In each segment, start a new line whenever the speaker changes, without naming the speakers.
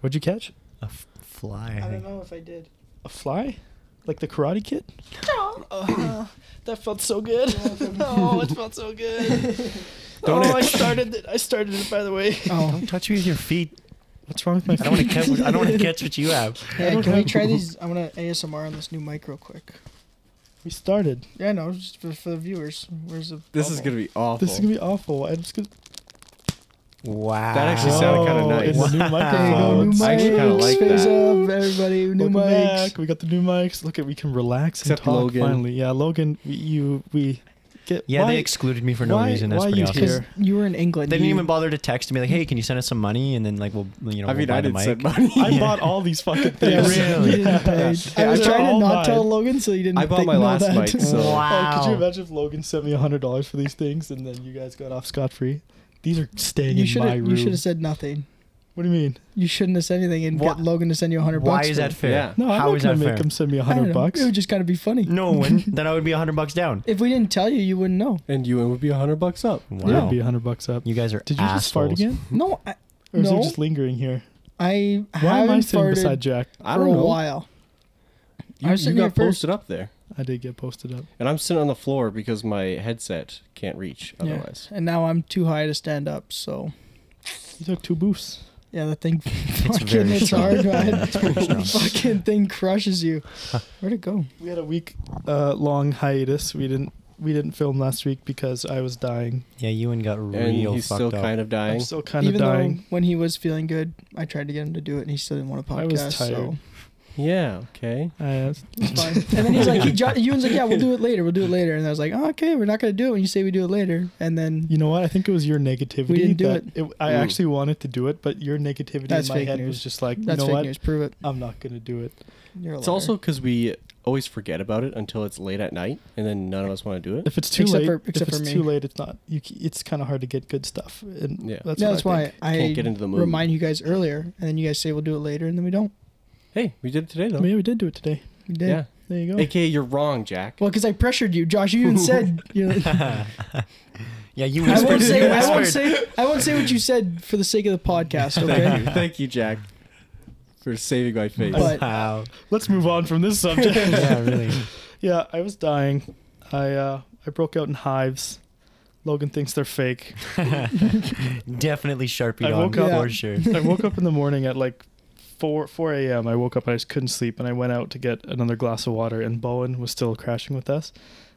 What'd you catch?
A f- fly.
I don't
think.
know if I did.
A fly? Like the Karate Kid?
Oh, that felt so good. oh, it felt so good.
Don't
oh,
it- Oh,
I started it. I started it by the way.
Don't touch me with your feet.
What's wrong with my?
I don't want to
feet?
catch. I don't want to catch what you have.
Yeah,
don't
can we
have-
try these? I'm gonna ASMR on this new mic real quick.
We started.
Yeah, no, just for, for the viewers. Where's the?
This is gonna be awful.
This is gonna be awful. I'm just gonna.
Wow.
That actually sounded kinda
Whoa,
nice.
It's a Oh,
Wow.
There you go,
new microphone.
new mics.
I actually kinda like
Face
that.
up, everybody. New
Welcome
mics.
back. We got the new mics. Look at we can relax
Except
and talk
Logan.
finally. Yeah, Logan, we, you we get
Yeah,
why,
they excluded me for no
why-
reason. That's
why
pretty
you
awesome.
here?
Because you were in England.
They didn't
you-
even bother to text me like, "Hey, can you send us some money?" And then like, we'll you know,
I
we'll
mean,
buy
I
the
didn't
mic.
send money.
I
Yeah.
bought all these fucking
Yeah,
things.
Really?
you didn't pay. I
Yeah,
was
they're
trying to
all
not
mine.
tell Logan so he didn't.
I bought
think-
my
know
last
that.
mic,
Oh,
so
could you
Wow.
imagine if Logan sent me hundred dollars for these things and then you guys got off scot free? These are staying
you
in
should
my
have.
room.
You should have said nothing.
what do you mean?
You shouldn't have said anything and
Why-
got Logan to send you a hundred
Why
bucks.
is
for
that
it.
fair?
Yeah.
No, I'm
How
not
is
gonna
that
make
fair?
him send
I
me
don't
hundred
know.
bucks. Mm.
It would just gotta be funny.
No one. then I would be hundred bucks down.
If we didn't tell you, you wouldn't know.
and you would be a hundred bucks up.
It'd
Wow.
be hundred bucks up.
You guys are.
Did you just fart
assholes.
again?
No, I,
Or is it
No.
just lingering here?
I
Mm. Why am I
haven't
sitting
farted
beside Jack?
I
for
don't
a
know.
while. I
You,
was
you
sitting here
got
first.
posted up there,
I did get posted up.
and I'm sitting on the floor because my headset can't reach otherwise.
Yeah. And now I'm too high to stand up, so
You took two boosts.
yeah, that thing
It's
fucking
very
it's
strong.
hard,
Yeah,
man.
it's pretty strong.
fucking thing crushes you. Where'd it go?
We had a week uh, long hiatus. We didn't we didn't film last week because I was dying.
Yeah, Ewan got
And
real
he's
fucked
still
up.
kind of
I'm
dying.
still kind
Even
of dying.
though when he was feeling good, I tried to get him to do it and he still didn't want to podcast.
I was tired.
So
yeah. Okay.
I,
it's fine. and then he's like, he jo- Ewan's like, yeah, we'll do it later. We'll do it later. And I was like, oh, okay, we're not gonna do it when you say we do it later. And then
you know what? I think it was your negativity.
We didn't do
that I
Mm.
actually wanted to do it, but your negativity
That's
in my
fake
head
news.
was just like,
that's
you know
fake
what?
news. Prove it.
I'm not gonna do it.
You're a
It's
liar.
also because we always forget about it until it's late at night, and then none of us want to do it.
If it's too
Except
late,
for- except
if
for
it's
me.
too late, it's not. You, c- it's kind of hard to get good stuff, and
Yeah.
that's,
yeah,
what
that's
I
why
think.
I
Can't get into the mood.
remind you guys earlier, and then you guys say we'll do it later, and then we don't.
Hey, we did it today though.
Maybe we did do it today.
We did.
Yeah.
There you go.
AKA, you're wrong, Jack.
Well, because I pressured you, Josh. You even said you know,
yeah, you
I
whispered.
won't
you
say I won't
whispered.
say I won't say what you said for the sake of the podcast. Okay.
Thank you, thank you, Jack, for saving my face.
But-
Wow.
Let's move on from this subject.
yeah, really.
Yeah, I was dying. I uh, I broke out in hives. Logan thinks they're fake.
Definitely sharpie
I
on
woke up-
for
Yeah.
sure.
I woke up in the morning at like four four a.m. I woke up and I just couldn't sleep, and I went out to get another glass of water. And Bowen was still crashing with us,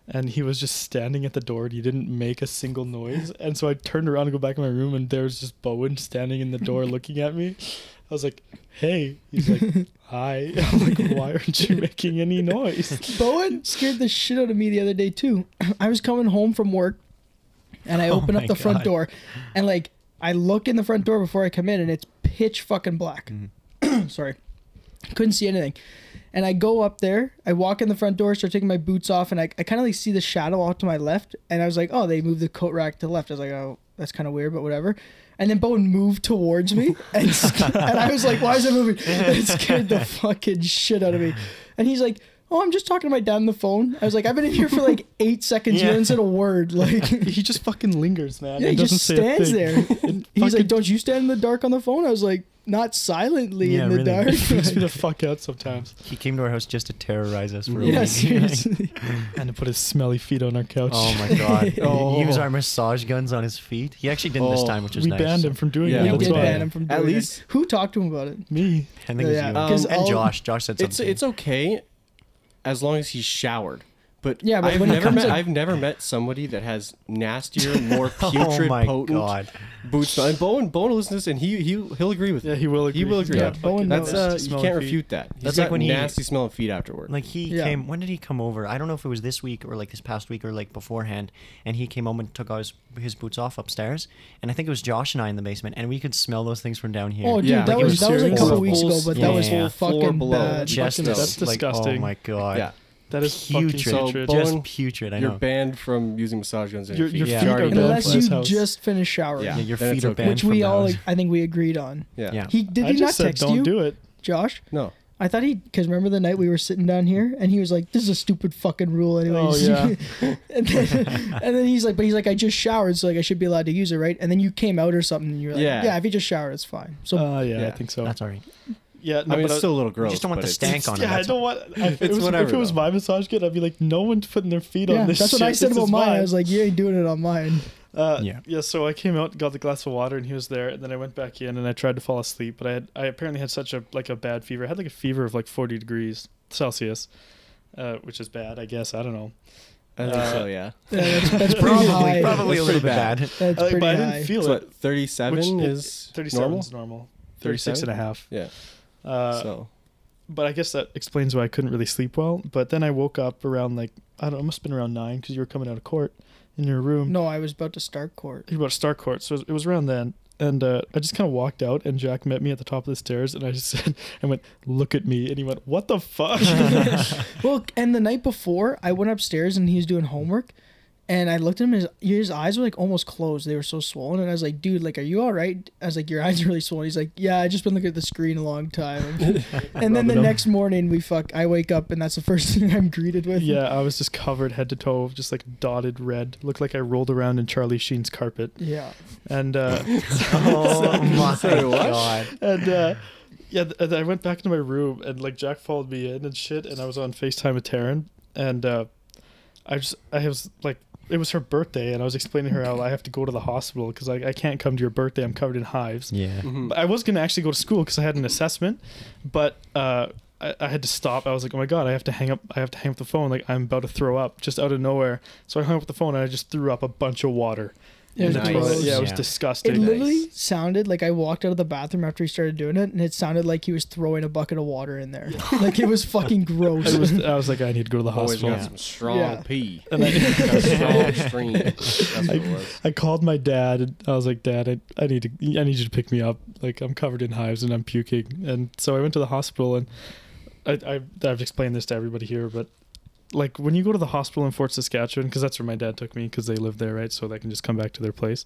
and he was just standing at the door. and He didn't make a single noise, and so I turned around to go back in my room, and there was just Bowen standing in the door looking at me. I was like, "Hey," he's like, "Hi." I'm like, "Why aren't you making any noise?"
Bowen scared the shit out of me the other day too. I was coming home from work, and I
Oh
open up
my
the front
God.
door, and like I look in the front door before I come in, and it's pitch fucking black.
Mm-hmm.
Sorry, couldn't see anything. And I go up there, I walk in the front door, start taking my boots off, and I, I kind of like see the shadow off to my left, and I was like, oh, they moved the coat rack to the left. I was like, oh, that's kind of weird, but whatever. And then Bowen moved towards me, and, sc- and I was like, why is it moving? It scared the fucking shit out of me. And he's like, oh, I'm just talking to my dad on the phone. I was like, I've been in here for like eight seconds. You
Yeah.
haven't said a word. Like,
He just fucking lingers, man.
yeah, he
doesn't
just
say a
stands
thing.
there. He's like, don't you stand in the dark on the phone? I was like, not silently
Yeah,
in the
really.
dark.
It freaks me the fuck out sometimes.
He came to our house just to terrorize us for a
yeah,
week.
seriously.
And to put his smelly feet on our couch.
Oh my god.
Oh.
He used our massage guns on his feet. He actually didn't this
Oh.
time, which was
we
nice.
banned him from doing
Yeah,
it.
we
That's
did
why.
ban him from doing
At least-
it. Who talked to him about it?
Me.
I think it was
Yeah.
you.
Um, 'Cause
and
I'll-
Josh. Josh said
It's
something.
it's okay, as long as he's showered. But
Yeah, but
I've
when it
never
comes
met
to-
I've never met somebody that has nastier, more putrid,
oh my
potent
god.
boot smell. And Bowen Bowen will listen to this, and he he he'll agree with
Yeah,
it.
he will agree.
He will agree.
Yeah,
Yeah,
Bowen
That's
knows.
uh, you can't refute that. He's
That's
got
like when he-
nasty smelling feet afterward.
Like he
Yeah.
came. When did he come over? I don't know if it was this week or like this past week or like beforehand. And he came home and took all his, his boots off upstairs. And I think it was Josh and I in the basement, and we could smell those things from down here.
Oh, dude,
Yeah,
that
like,
was
it
that was like a couple
horrible.
weeks ago, but that was
Yeah.
fucking
Floor below.
bad.
Just
fucking- that's
like,
disgusting.
oh my god.
yeah,
That is
Putrid.
fucking
So
putrid.
Bowen-
Just putrid. I
you're
know.
banned from using massage guns. on
Your-
Your,
your
Yeah.
feet.
feet
You're
are
already
banned
banned
Unless
from
for
you
his
it.
house.
just finished showering,
yeah,
Yeah,
your
then
feet
it's
are
okay.
banned
which
from
we all
those.
I think we agreed on.
Yeah.
yeah.
He did
I
he not
just said
text
don't
you,
do it.
Josh?
No.
I thought he, because remember the night we were sitting down here and he was like, this is a stupid fucking rule, anyways.
Oh,
and, then, and then he's like, but he's like, I just showered, so like I should be allowed to use it, right? And then you came out or something and you were like, yeah,
Yeah.
if you just showered, it's fine. So
Uh, yeah, I
Yeah,
think so.
That's all right.
yeah,
I mean, it's still a little gross.
uh, just don't want
but
the
it's-
stank on it.
yeah, I
that's all.
don't want. If it,
It's
was,
whatever,
if it was
though.
my massage kit, I'd be like, no one's putting their feet
yeah,
on this.
that's what
shit.
I said
This
about
is
mine. I was like, you ain't doing it on mine.
Uh, yeah.
Yeah.
So I came out, got the glass of water, and he was there. And then I went back in, and I tried to fall asleep, but I had I apparently had such a like a bad fever. I had like a fever of like forty degrees Celsius, uh, which is bad, I guess. I don't know.
I think
Uh,
so, yeah.
Yeah, that's, that's pretty
Probably, probably
high.
That's
a little
pretty
bit bad.
bad.
That's
Uh,
pretty
but I
high.
didn't feel
It's
it.
what, 37
which
is
37
normal?
is normal. 36 and a half.
Yeah.
Uh,
so,
But I guess that explains why I couldn't really sleep well. But then I woke up around like, I don't know, it must have been around nine because you were coming out of court in your room.
no, I was about to start court.
You're about to start court. So it was around then. And uh, I just kind of walked out, and Jack met me at the top of the stairs, and I just said, I went, look at me. And he went, what the fuck?
Well, and the night before, I went upstairs and he was doing homework, and I looked at him. His his eyes were like almost closed; they were so swollen. And I was like, "Dude, like, are you all right?" I was like, "Your eyes are really swollen." He's like, "Yeah, I just been looking at the screen a long time." and then
Rubbing
the
'em.
next morning, we fuck. I wake up and that's the first thing I'm greeted with.
yeah, I was just covered head to toe, just like dotted red. Looked like I rolled around in Charlie Sheen's carpet.
yeah.
And uh,
Oh my
Sorry, what?
god.
and uh, yeah, th- and I went back into my room, and like Jack followed me in and shit, and I was on Facetime with Taryn, and uh, I just I was like, it was her birthday, and I was explaining to her how I have to go to the hospital because I, I can't come to your birthday. I'm covered in hives.
Yeah.
Mm-hmm.
But I was gonna actually go to school because I had an assessment, but uh, I, I had to stop. I was like, oh my god, I have to hang up. I have to hang up the phone. Like I'm about to throw up just out of nowhere. So I hung up the phone and I just threw up a bunch of water.
It
in
was
the
Nice.
toilet.
gross.
Yeah, it was
Yeah.
disgusting.
It literally sounded like I walked out of the bathroom after he started doing it, and it sounded like he was throwing a bucket of water in there. like it was fucking gross.
I was, I was like, I need to go to the
always
hospital.
got some strong
Yeah.
pee.
And I,
Got a strong stream. That's what it was.
I called my dad and I was like, Dad, I, I need to I need you to pick me up. Like I'm covered in hives and I'm puking. And so I went to the hospital and I, I I've explained this to everybody here, but like when you go to the hospital in Fort Saskatchewan, because that's where my dad took me, because they live there, right? So they can just come back to their place.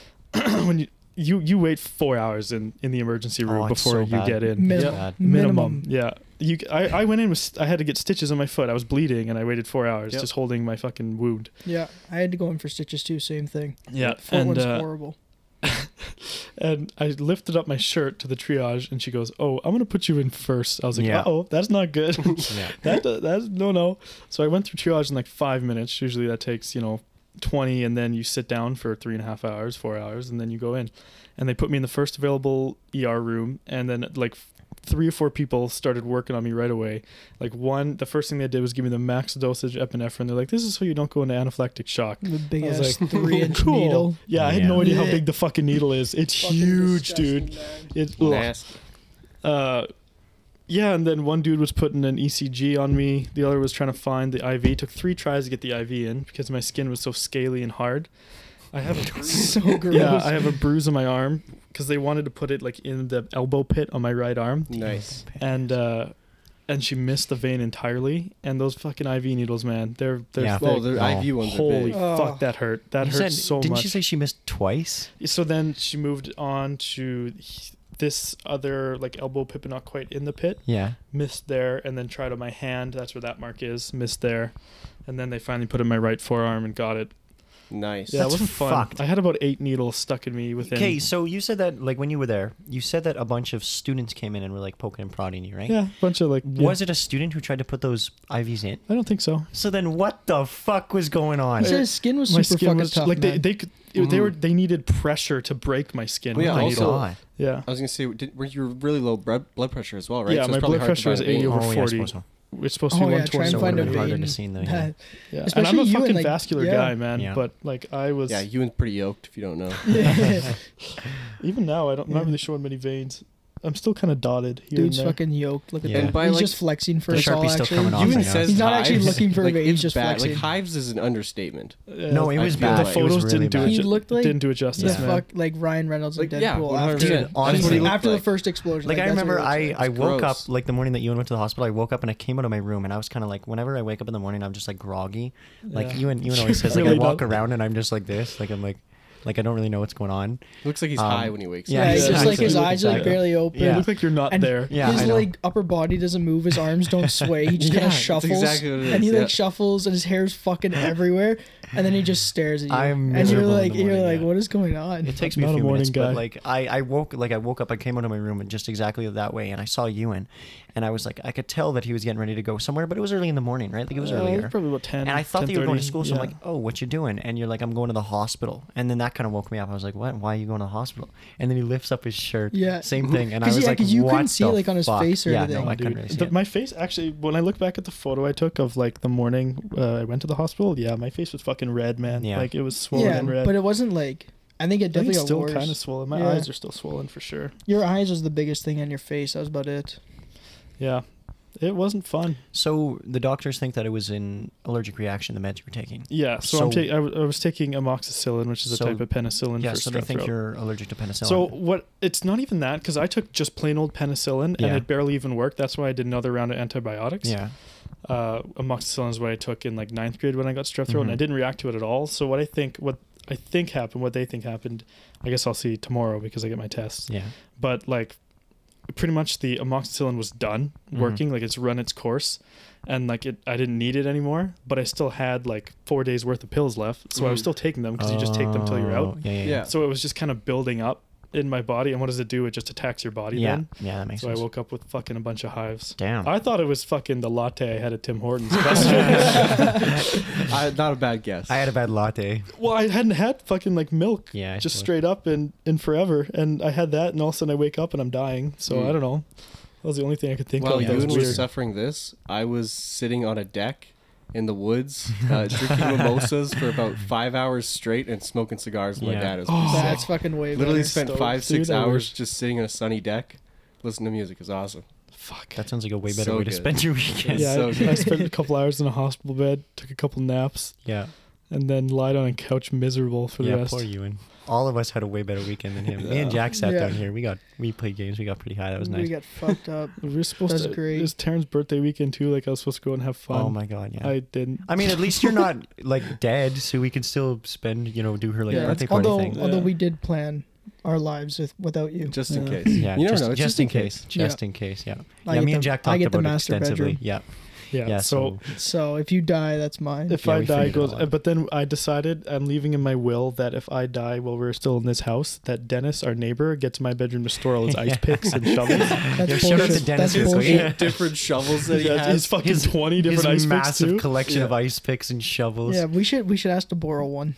when you you you wait four hours in in the emergency room
Oh, it's
before
so
you
bad.
get in.
Min-
Yep. Bad.
minimum. Yeah. You, I, I went in with, st- I had to get stitches on my foot. I was bleeding and I waited four hours
Yep.
just holding my fucking wound.
Yeah, I had to go in for stitches too. Same thing.
Yeah.
Foot
And,
one's
uh,
horrible.
and I lifted up my shirt to the triage and she goes, Oh, I'm going to put you in first. I was like,
Yeah.
Uh oh, that's not good.
Yeah.
that, that's no, no. So I went through triage in like five minutes. Usually that takes, you know, 20 and then you sit down for three and a half hours, four hours, and then you go in. And they put me in the first available ER room. And then like f- three or four people started working on me right away. Like one, the first thing they did was give me the max dosage epinephrine. They're like, This is so you don't go into anaphylactic shock.
The big
I was
ass
like,
three inch needle.
Yeah, I had no
Yeah.
idea how
Yeah.
big the fucking needle is. It's huge, dude. It's ugh.
Nasty.
uh, yeah. And then one dude was putting an ECG on me. The other was trying to find the IV. Took three tries to get the IV in because my skin was so scaly and hard. I have a bruise.
So gross.
yeah, I have a bruise on my arm because they wanted to put it like in the elbow pit on my right arm,
Nice.
and uh, and she missed the vein entirely. And those fucking IV needles, man, they're they're
Yeah.
thick.
Well, the
Oh.
IV ones are
Holy
big.
Oh.
fuck, that hurt. That
You
hurt
said-
so
Didn't
much.
she say she missed twice?
So then she moved on to h- this other like elbow pit, but not quite in the pit.
Yeah.
Missed there, and then tried on my hand. That's where that mark is. Missed there, and then they finally put in my right forearm and got it.
Nice.
Yeah,
That's
it wasn't fun.
fucked.
I had about eight needles stuck in me within.
Okay, so you said that like when you were there, you said that a bunch of students came in and were like poking and prodding you, right?
yeah, a bunch of like.
Was it a student who tried to put those IVs in?
I don't think so.
So then what the fuck was going on?
He said his skin was
my
super
skin
fucking
was
tough.
like they
man. Mm.
they could, they were they needed pressure to break my skin.
Well,
with
yeah,
the
Oh my
also-
needle.
God.
yeah.
I was gonna say, did, were you really low blood blood pressure as well, right?
Yeah,
it's
my
probably
blood
hard to
pressure was
find a vein.
80 over
Oh, yeah, I
40.
suppose so.
It's supposed to
oh
be
yeah, try
120.
So
and
it
find a
would've been harder to
vein.
see in the-
that-
yeah. And
Especially
I'm a
you and,
fucking
like-
vascular
yeah.
guy, man.
Yeah.
But like I was.
Yeah, you and pretty yoked if you don't know.
Even now, I don't. I'm
Yeah.
not really showing many veins. I'm still kind of dotted here
Dude's
and there.
fucking yoked. Look at
Yeah.
that.
And
by,
he's
like-
just flexing for
The
us all.
Sharpie's still
actually,
coming off.
Ewan
Even
says
he's not actually
hives,
looking for a
like,
vein. He's
it's
just
bad.
flexing.
Like hives is an understatement.
Yeah.
No, it
I
was
feel
bad.
the
like-
It was
photos
really
didn't do
bad.
it.
He
Ju-
looked like
didn't do it
the
justice,
Yeah.
man.
fuck like Ryan Reynolds in
Like, yeah,
Deadpool
100%.
after
Dude, honestly,
he looked
after the
like.
first explosion.
Like I
that's what he
remember,
looked
I,
like.
I woke
gross.
up like the morning that Ewan went to the hospital. I woke up and I came out of my room and I was kind of like, whenever I wake up in the morning, I'm just like groggy. Like
Yeah.
Ewan, Ewan always says, like
Really
I walk
not-
around and I'm just like this, like I'm like Like I don't really know what's going on.
Looks like he's
Um,
high when he wakes
yeah,
Yeah,
up.
it's
yeah,
just like his
exactly.
eyes are like
Exactly.
barely open.
You
Yeah.
look like you're not
And
there.
Yeah,
his
I know.
like upper body doesn't move, his arms don't sway, he just
Yeah,
kind of
that's
shuffles,
exactly what it
and he
is,
like
yeah.
shuffles, and his hair's fucking everywhere, and then he just stares at you,
I am
and you're
miserable in the
like, you're
morning,
like,
yeah.
what is going on?
It takes me
Not
a
a
few
morning
minutes,
guy.
but like I, I woke like I woke up, I came out of my room and just exactly that way, and I saw Ewan, and I was like, I could tell that he was getting ready to go somewhere, but it was early in the morning, right? Like it was
Uh,
earlier,
probably about 10,
And I thought that you were going to
10:30,
school, so
yeah.
I'm like, oh, what you doing? And you're like, I'm going to the hospital, and then that kind of woke me up. I was like, what? Why are you going to the hospital? And then he lifts up his shirt,
Yeah.
same thing, and I
'Cause,
was
yeah,
like,
'cause you
what
couldn't see
the
it, like, on his
fuck?
face or
yeah,
anything.
No, I
Dude,
couldn't really see
the-
it.
my face actually, when I look back at the photo I took of like the morning uh, I went to the hospital, yeah, my face was fucking red, man.
Yeah.
Like it was swollen
yeah,
and red.
but it wasn't like, I think it
I think
definitely
it's
got
still
worse.
kind of swollen. My
Yeah.
eyes are still swollen for sure.
Your eyes was the biggest thing on your face. That was about it.
Yeah, it wasn't fun.
So the doctors think that it was an allergic reaction, the meds you were taking.
Yeah, so, I'm
So-
ta- I, w- I was taking amoxicillin, which is a
So-
type of penicillin
yeah,
for
so
strep
they think
throat.
you're allergic to penicillin.
So what? It's not even that because I took just plain old penicillin and
Yeah.
it barely even worked. That's why I did another round of antibiotics.
yeah,
Uh, amoxicillin is what I took in like ninth grade when I got strep throat, and I
Mhm.
didn't react to it at all. So what I think, what I think happened, what they think happened, I guess I'll see tomorrow because I get my tests.
yeah,
But like, pretty much the amoxicillin was done
Mhm.
working, like it's run its course, and like it, I didn't need it anymore. But I still had like four days worth of pills left, so I was
Mm.
still taking them because you just take them till you're
Oh,
out.
Yeah, yeah, yeah.
Yeah.
So it was just kind of building up in my body. And what does it do? It just attacks your body
Yeah,
then.
yeah, that makes
So I
sense.
woke up with fucking a bunch of hives.
Damn.
I thought it was fucking the latte I had at Tim Hortons. yesterday.
I, not a bad guess.
I had a bad latte.
well, I hadn't had fucking like milk
Yeah, I
just
suppose.
straight up in, in forever. And I had that. And all of a sudden I wake up and I'm dying. So
Mm.
I don't know. That was the only thing I could think of.
While
That
Ewan
was
was
weird.
suffering this, I was sitting on a deck in the woods, uh, drinking mimosas for about five hours straight and smoking cigars with my
Yeah.
dad. It was
Oh.
sick.
That's fucking way
Literally
better.
spent
stoked,
five, six
dude, I
hours
wish.
just sitting on a sunny deck, listening to music. It was awesome.
Fuck.
That sounds like a way better
So
way
good.
to spend your weekend.
yeah,
so
I-
good.
I spent a couple hours in a hospital bed, took a couple naps,
yeah.
and then lied on a couch miserable for the
yeah,
rest.
poor Ewan. All of us had a way better weekend than him. Me and
Yeah.
Jack sat
Yeah.
down here. We got we played games. We got pretty high. That was
We
nice.
got fucked up.
We were supposed
That's
to.
great.
It was Taryn's birthday weekend too. Like I was supposed to go and have fun.
oh my god, yeah.
I
I,
didn't.
mean, at least you're not like dead, so we can still spend, you know, do her like
yeah,
birthday party
although
thing.
although
Yeah.
we did plan our lives with without you.
Just in
Yeah.
case.
Yeah,
you never
just,
know.
just,
It's just,
in case.
Yeah.
Just in case, yeah. yeah,
I get
me and
the-
Jack
I
talked
get the
about it
master
extensively.
bedroom.
Yeah.
Yeah.
yeah,
so,
so,
So if you die, that's mine.
if
Yeah,
I
we
die,
figured
goes. uh,
it all out.
But then I decided I'm leaving in my will that if I die while we're still in this house, that Dennis, our neighbor, gets my bedroom to store all his ice picks and shovels.
That's
Yeah,
bullshit.
shout out to Dennis
that's
Rizzo.
bullshit.
eight different shovels that he
Yeah,
has.
his fucking twenty different
his
ice picks
massive
too.
collection
Yeah.
of ice picks and shovels.
Yeah, we should we should ask to borrow one.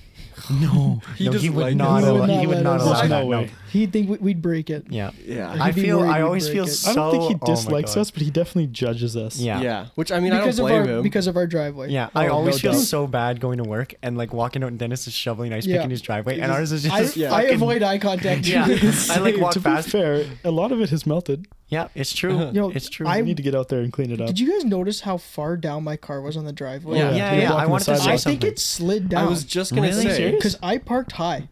No,
He
no, he
doesn't
would
like
not.
us.
allow- He would not
us.
allow
There's
that.
no
no.
way.
He'd think we, we'd break it.
Yeah.
yeah.
He'd
I
be
feel.
worried
I
we'd
always
break
feel.
it.
So,
I don't think
oh
he
my
dislikes
God.
us, but he definitely judges us.
Yeah.
Yeah. Which I mean,
because
I
of
don't blame
our
him.
because of our driveway.
Yeah, I
Oh,
always feel
no doubt.
so bad going to work and like walking out and Dennis is shoveling ice
Yeah.
pick in his driveway,
Just-
and ours is just.
I,
this
I
fucking-
avoid eye contact.
Yeah, I like walk
to be
fast.
fair, a lot of it has melted.
Yeah, it's true.
Yo,
it's true.
I
Uh-huh. I-
need to get out there and clean it up.
Did you guys notice how far down my car was on the driveway?
yeah,
Yeah,
yeah,
you're
yeah. I
blocking
wanted
the
to
sidewalk.
say
I
something.
think it slid down.
I was just gonna
Really?
say.
Serious?
because I parked high.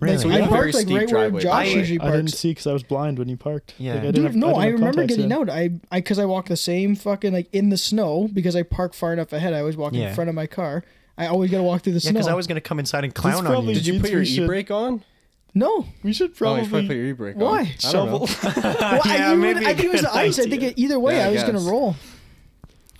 really.
we
Like, I
have a very
parked like
steep
right where
driveway.
Josh
I-
usually
I
parks.
didn't see because I was blind when you parked.
Yeah.
Like, I
Dude,
didn't
Dude,
have- I
no,
didn't
I,
have
remember
contacts
getting
in.
out. I, I, because I walked the same fucking like in the snow because I parked far enough ahead. I was walking
Yeah.
in front of my car. I always gotta walk through the
yeah,
snow.
because I was gonna come inside and clown on you.
probably-
Did you
Means
put your
we should-
e-brake on?
no.
We should
Oh, you probably put
probably
your e-brake on.
Why?
I don't
shovel.
know.
Well,
Yeah,
I, you
maybe
would- I
a
think it was
good
the ice. I think
idea.
it, either way,
Yeah,
I
I
was gonna
guess.
roll.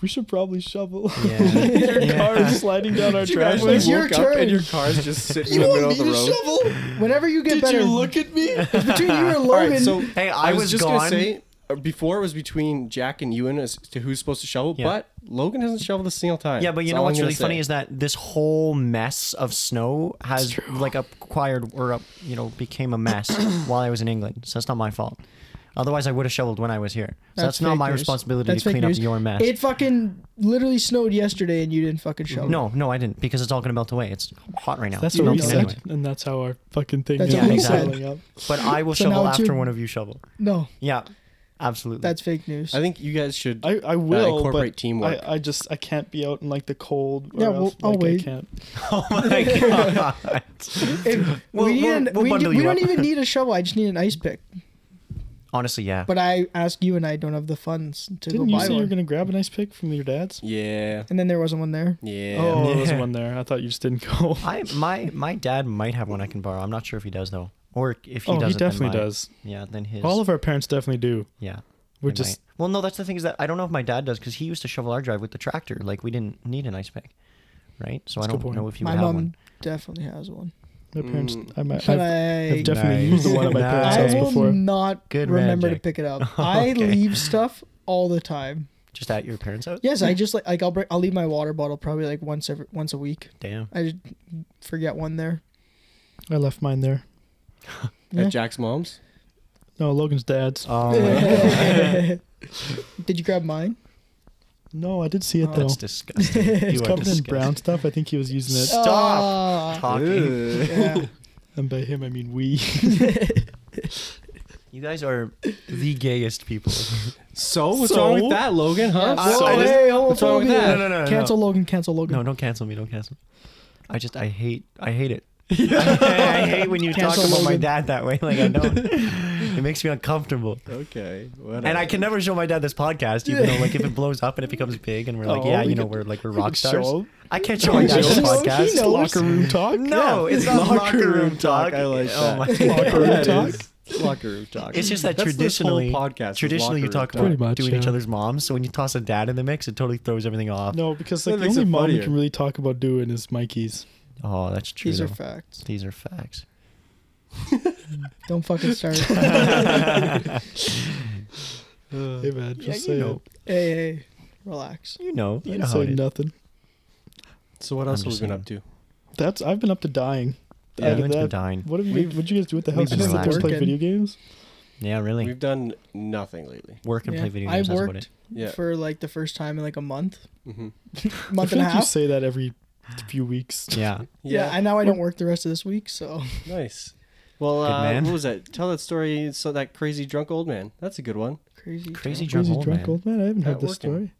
We should probably shovel.
Yeah.
your
Yeah.
car is sliding down our
Could you imagine
driveway.
It's your
woke up
turn.
and your car's just sitting in the middle of the road.
Whenever you get better,
at me?
it's between you and
All right,
Logan.
so
Hey, I
I, was,
was
just
gone.
gonna say uh, before it was between Jack and Ewan as to who's supposed to shovel,
Yeah.
but Logan hasn't shoveled a single time.
Yeah, but you
That's
know
all
what's
I'm
really
gonna
funny
say.
is that this whole mess of snow has like acquired or up, you know, became a mess while I was in England. So that's not my fault. Otherwise, I would have shoveled when I was here. So that's, not
fake
my
news.
responsibility
That's
to
fake
clean
news.
up your mess.
It fucking literally snowed yesterday, and you didn't fucking show. up.
no, no, I didn't because it's all gonna melt away. It's hot right now.
That's
It's
what we
melting
said,
anyway.
and that's how our fucking thing
That's
is
what we
settling
said.
up.
But I will
So now
shovel
it's
after
your-
one of you shovel.
no,
Yeah, absolutely.
that's fake news.
I think you guys should.
I,
Uh,
I will,
incorporate
but
teamwork.
I, I just I can't be out in like the cold.
Yeah,
Or yeah,
well,
else,
I'll
like,
wait.
I can't.
oh my god.
If-
We'll-
we need
we'll-
an-
we'll
we, do-
bundle
we
you
don't
up.
even need a shovel. I just need an ice pick.
Honestly, yeah.
But I asked you, and I don't have the funds to
Didn't
go
you
buy
say you were
one.
gonna grab an ice pick from your dad's?
Yeah.
And then there wasn't one there.
Yeah.
Oh, there was
Yeah.
one there. I thought you just didn't go.
I my my dad might have one I can borrow. I'm not sure if he does though, or if he
oh,
does.
he
it, then
definitely
mine.
does.
Yeah, then his.
All of our parents definitely do.
yeah.
We're
they
just
might. well, no. That's the thing is that I don't know if my dad does because he used to shovel our drive with the tractor. Like we didn't need an ice pick, right? So
That's a
I don't
good point.
know if you
My
have
mom
one.
definitely has one.
my parents.
Mm.
I might,
But
I've,
i Um,
I've definitely
Nice.
used the one at my parents'
I
house
will
before.
not
Good man,
remember to
Jake.
pick it up. I
Okay.
leave stuff all the time.
Just at your parents' house.
Yes, I just like like I'll bring, I'll leave my water bottle probably like once every once a week.
Damn.
I just forget one there.
I left mine there.
Yeah.
At Jack's mom's?
No, Logan's dad's.
Oh,
Did you grab mine?
no, I did see it
Oh.
though.
that's disgusting. You
It's
are
covered in
disgusting.
brown stuff. I think he was using it,
Stop
Ah.
talking.
Yeah.
and by him I mean we.
You guys are the gayest people.
So what's
So?
wrong with that, Logan? Huh?
Yeah,
So-
so-
I just-
hey,
what's wrong
homophobia.
with that?
no,
cancel Logan. Cancel Logan.
No, don't cancel me. Don't cancel. I just I hate I hate it. I, hate when you talk
Cancel
about my
Logan.
dad that way. Like I don't. it makes me uncomfortable.
Okay. Whatever.
And I can never show my dad this podcast, even though like if it blows up and it becomes big and we're like,
Oh,
yeah,
we
you know,
could-
we're like we're
we
rock
could
stars.
show him.
I can't show my dad this
He knows,
podcast.
he knows. Locker room talk.
No,
Yeah.
it's not locker, room talk.
I like
oh my
that.
God.
Locker room
That
talk?
is Locker room talk.
It's just that
That's this whole
traditionally,
podcast is
traditionally you
locker
talk
room
Pretty
about
much,
doing each
yeah.
other's moms. So when you toss a dad in the mix, it totally throws everything off.
No, because
That
like the
makes
only
it
mom we
funnier.
can really talk about doing is Mikey's.
Oh, that's true.
These are
though.
facts.
These are facts.
Don't fucking start.
Hey man, just
you
say
know.
it.
hey, hey, relax.
You know, you
Don't
know how
say
it is.
nothing.
So what else
I'm
have we
just
been up to?
That's I've been up to dying.
Yeah,
Out of
everyone's been
that-
dying.
What have you?
We've-
What'd you guys do with the
we've
house?
been
Just sit there and play
relaxing.
video games.
Yeah, really.
We've done nothing lately.
Work and
Yeah.
play video
I
games. That's about it.
worked
Yeah.
for like the first time in like a month,
hmm
I
month and
feel
a
like you
half.
say that every few weeks.
Yeah.
Yeah, and now I don't work the rest of this week, so
Nice. Well,
Good
uh,
man.
what was that? Tell that story. So that crazy drunk old man. That's a good one.
crazy.
Crazy drunk
drunk.
Crazy
old
drunk
man.
old man. I haven't heard
Not
this
working.
story.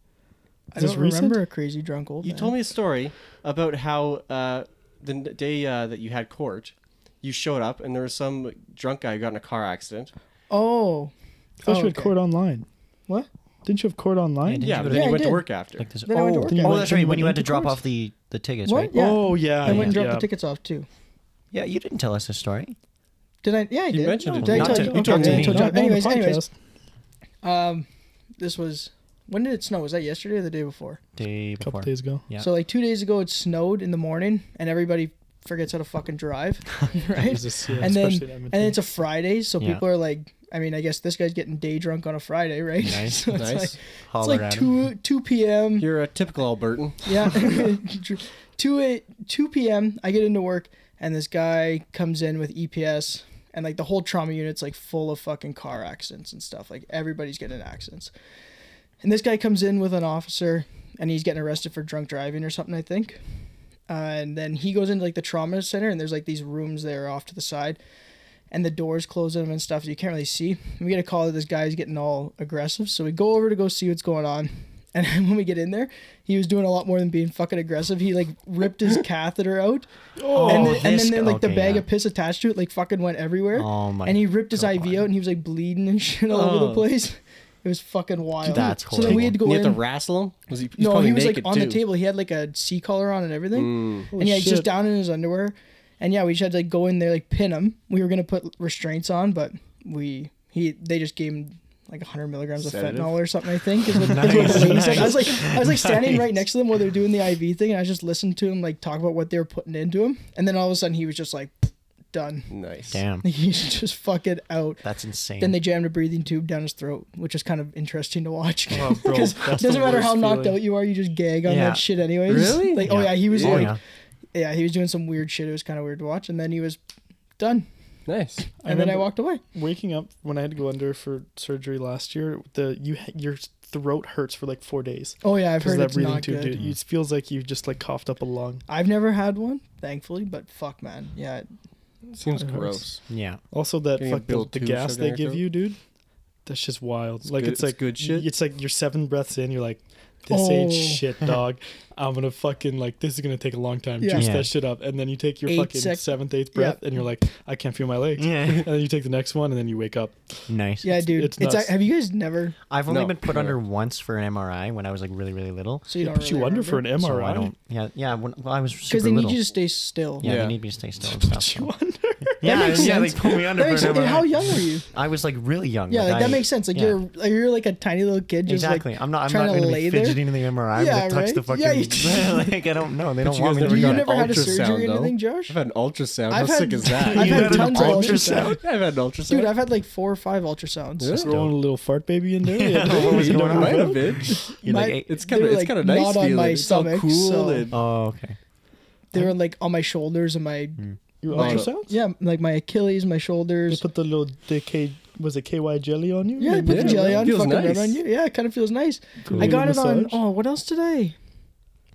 I
Is this
don't
recent?
remember a crazy drunk old.
You
man.
told me a story about how uh, the n- day uh, that you had court, you showed up and there was some drunk guy who got in a car accident.
Oh,
I thought
Oh,
you had
okay.
court online.
What?
Didn't you have court online?
didn't
yeah,
you
but
go to-
then
Yeah,
you
I
went to
did.
work after.
Like this.
Then I went to
Oh,
work
out.
oh, that's
Then you
right. When
went
you had to
into
drop
court.
off the the tickets,
What?
right?
Yeah.
Oh yeah.
I went and
yeah.
dropped the tickets off too.
Yeah, you didn't tell us this story.
Did I? Yeah, I
You
did.
mentioned it.
Did I
Not
tell
to-
you?
you
Okay,
talked to
yeah, I
me.
told you.
Not on Oh, the
Anyways, anyways,
podcast.
um, this was when did it snow? Was that yesterday or the day before?
Day
A couple
before.
days ago.
Yeah.
So like two days ago, it snowed in the morning, and everybody forgets how to fucking drive, right?
Jesus, yeah,
and then
especially in
and
Edmonton.
it's a Friday, so
Yeah.
people are like, I mean, I guess this guy's getting day drunk on a Friday, right?
Nice,
so it's
nice.
like, it's
Holler
like
at him.
two two p.m.
You're a typical Albertan.
Yeah, two eight two p.m. I get into work, and this guy comes in with EPS, and like the whole trauma unit's like full of fucking car accidents and stuff. Like everybody's getting in accidents, and this guy comes in with an officer, and he's getting arrested for drunk driving or something, I think. Uh, and then he goes into like the trauma center, and there's like these rooms there off to the side, and the doors close on him and stuff, so you can't really see. And we get a call that this guy's getting all aggressive, so we go over to go see what's going on. And when we get in there, he was doing a lot more than being fucking aggressive. He like ripped his catheter out,
Oh,
and, then, and
this
then there,
guy-
like the
okay,
bag
yeah.
of piss attached to it like fucking went everywhere.
Oh my
and he ripped his IV
God.
out, and he was like bleeding and shit all over the
Oh.
place. It was fucking wild.
That's
So then we had to go
You
in.
have to wrestle him. Was he? he's
no,
probably
he was like
naked,
on the
too. Mm.
table. He had like a sea collar on and everything
Holy
and yeah, he's
shit.
just down in his underwear. And yeah, we just had to like go in there, like pin him. We were gonna put restraints on, but we he they just gave him like 100 milligrams of
Sedative?
fentanyl or something. I think. Is what, is what the
Nice,
lady said. I was like,
nice,
I was like standing
nice.
right next to them while they were doing the IV thing, and I just listened to him like talk about what they were putting into him, and then all of a sudden he was just like done.
Nice.
Damn,
Like, he's just fucking out.
that's insane.
Then they jammed a breathing tube down his throat, which is kind of interesting to watch.
Oh, bro,
Because it
that's the
doesn't matter how
worst
knocked
feeling.
out you are, you just gag on
Yeah.
that shit anyways.
Really?
Like, oh
Yeah.
yeah, he was
oh
like,
yeah,
yeah, he was doing some weird shit. It was kind of weird to watch. And then he was done.
Nice.
I
And then I
remember-
walked away.
waking up when I had to go under for surgery last year, the you ha- your throat hurts for like four days
Oh yeah, I've
because
heard
that
it's
breathing
not
tube.
good.
Dude, it feels like you just like coughed up a lung.
I've never had one, thankfully, but fuck, man, yeah,
Seems
That
gross.
yeah.
Also, that
Getting a
fuck the,
build
the
tube
gas
shoved
they
down your
give
throat?
you, dude. That's just wild. like
good-
it's
it's
like
good shit?
It's like you're seven breaths in, you're like, this ain't
Oh.
shit, dog. I'm gonna fucking like this is gonna take a long time.
Yeah.
Juice
Yeah.
that shit up, and then you take your
Eight
fucking
sec-
seventh, eighth
Yeah.
breath, and you're like, I can't feel my legs.
Yeah.
and then you take the next one, and then you wake up.
Nice.
Yeah, dude.
it's
It's,
nuts.
have you guys never?
I've only
No.
been put under once for an MRI when I was like really really little.
So you don't.
Put you
really
under for an
remember?
MRI.
So I don't. Yeah, yeah. When, well, I was super
Because they
little.
need you to stay still.
yeah,
Yeah.
they need me to stay still and stuff.
Put
so-
you under.
Yeah,
That makes
yeah. They
sense.
put me under
That makes
for an
sense. And
MRI.
how young were you?
I was like really young.
Yeah, like, that
I-
makes sense. Like
yeah.
you're like, you're like a tiny little kid, just
exactly.
like
I'm not. I'm
trying
not
to
going to
lay
be
there.
fidgeting in the MRI.
Yeah,
Yeah, touch the
right?
fucking.
Yeah,
like I don't know. They don't
you
want
guys
me to
never
do
you
that.
got
never had a
ultrasound,
surgery or
though?
anything, Josh?
I've had an
I've
ultrasound. How
had-
sick is that?
I've
You
had
had an
tons of ultrasound.
ultrasound?
I've had an ultrasound.
Dude, I've had like four or five ultrasounds.
Yeah.
Throwing a little fart baby in there. Yeah,
what was
you
it
don't
doing?
know
Might
about?
have been.
You're
My-
like, "Hey."
It's kind of
They were,
it's
like,
kind of nice
not on
feeling.
my
it's all
stomach,
cool
so-
and
Oh, okay.
They were like on my shoulders and my
Your
Oh, no.
ultrasounds?
yeah, like my Achilles, my
They
shoulders.
put the little DK was it KY jelly on you?
Yeah, I put
Yeah,
the jelly
man.
on,
Feels
fucking
nice.
right on you. Yeah, it kind of feels nice.
Cool.
I got it
Little
on.
massage.
Oh, what else today?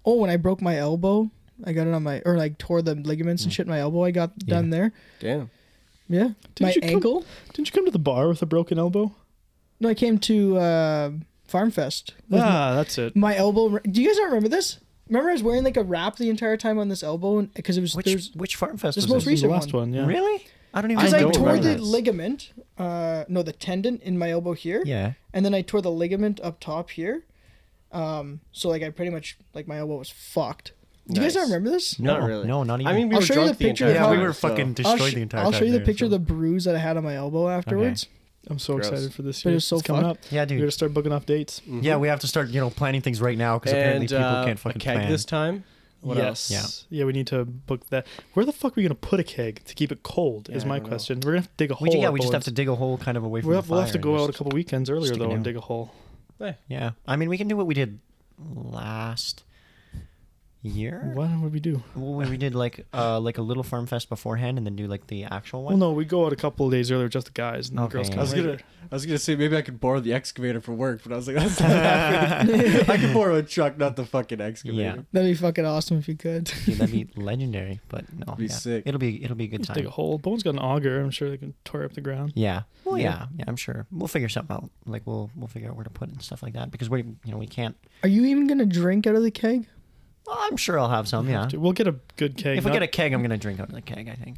Oh, when I broke my elbow, I got it on my or like tore the ligaments and
Mm.
shit in my elbow. I got done there.
damn.
Yeah,
Didn't
my
you come-
ankle.
Didn't you come to the bar with a broken elbow?
No, I came to uh, Farm Fest. with
Ah, that's it.
My elbow. Do you guys not remember this? Remember, I was wearing like a wrap the entire time on this elbow because it was
Which
there's
which farm fest
this
was
most
this?
This is the
recent
last one. yeah.
Really? I don't even.
because I,
don't
tore
remember
the
this.
ligament, uh, no, the tendon in my elbow here,
Yeah.
and then I tore the ligament up top here. Um, so like I pretty much like my elbow was fucked. Do you guys not
Nice.
remember this?
No,
Not really.
No, not even.
I mean, we
I'll
were
show you the
drunk the
picture
entire
of how-
yeah, we
time,
were
so-
fucking
I'll,
destroyed
sh-
the entire
I'll
time
show you the
there,
picture
so-
of the bruise that I had on my elbow afterwards.
I'm so
Gross.
excited for this
But it
year.
was so
it's coming
fun.
up.
Yeah,
We gotta
dude.
start booking off dates.
Yeah, we have to start, you know, planning things right now because apparently
And
people
uh,
can't
a
fucking
keg
plan.
this time. What
yes.
else?
Yeah. we need to book that. Where the fuck are we gonna put a keg to keep it cold?
Yeah,
is
I
my
don't know.
question. We're gonna have to dig a
we
hole.
ju- yeah,
up
we just
all
have to dig a hole kind of away
this-
from the
We'll have, we'll have to
fire
go
and
out a
just-
couple weekends earlier
stick it
though and
out.
dig a hole.
Yeah, I mean, we can do what we did last year.
Why don't we do?
Well, when we did like uh like a little farm fest beforehand, and then do like the actual
Well,
one.
no, we go out a couple of days earlier, just the guys and the
Okay,
girls.
yeah.
Come
I was gonna,
later.
I was gonna say maybe I could borrow the excavator for work, but I was like, that's not happening. I could borrow a truck, not the fucking excavator.
Yeah.
That'd be fucking awesome if you could.
Yeah, that'd be legendary, but no,
Be
yeah.
sick.
It'll be it'll be a good
Just dig a
time.
hole. Bone's got an auger. I'm sure they can tear up the ground.
Yeah. Well,
Oh, Yeah.
yeah. yeah, I'm sure we'll figure something out. Like we'll we'll figure out where to put it and stuff like that because we you know we can't.
Are you even gonna drink out of the keg?
Well, I'm sure I'll have some. Um, Yeah.
Dude, We'll get a good keg.
If we
not-
get a keg, I'm gonna drink out of the keg. I think.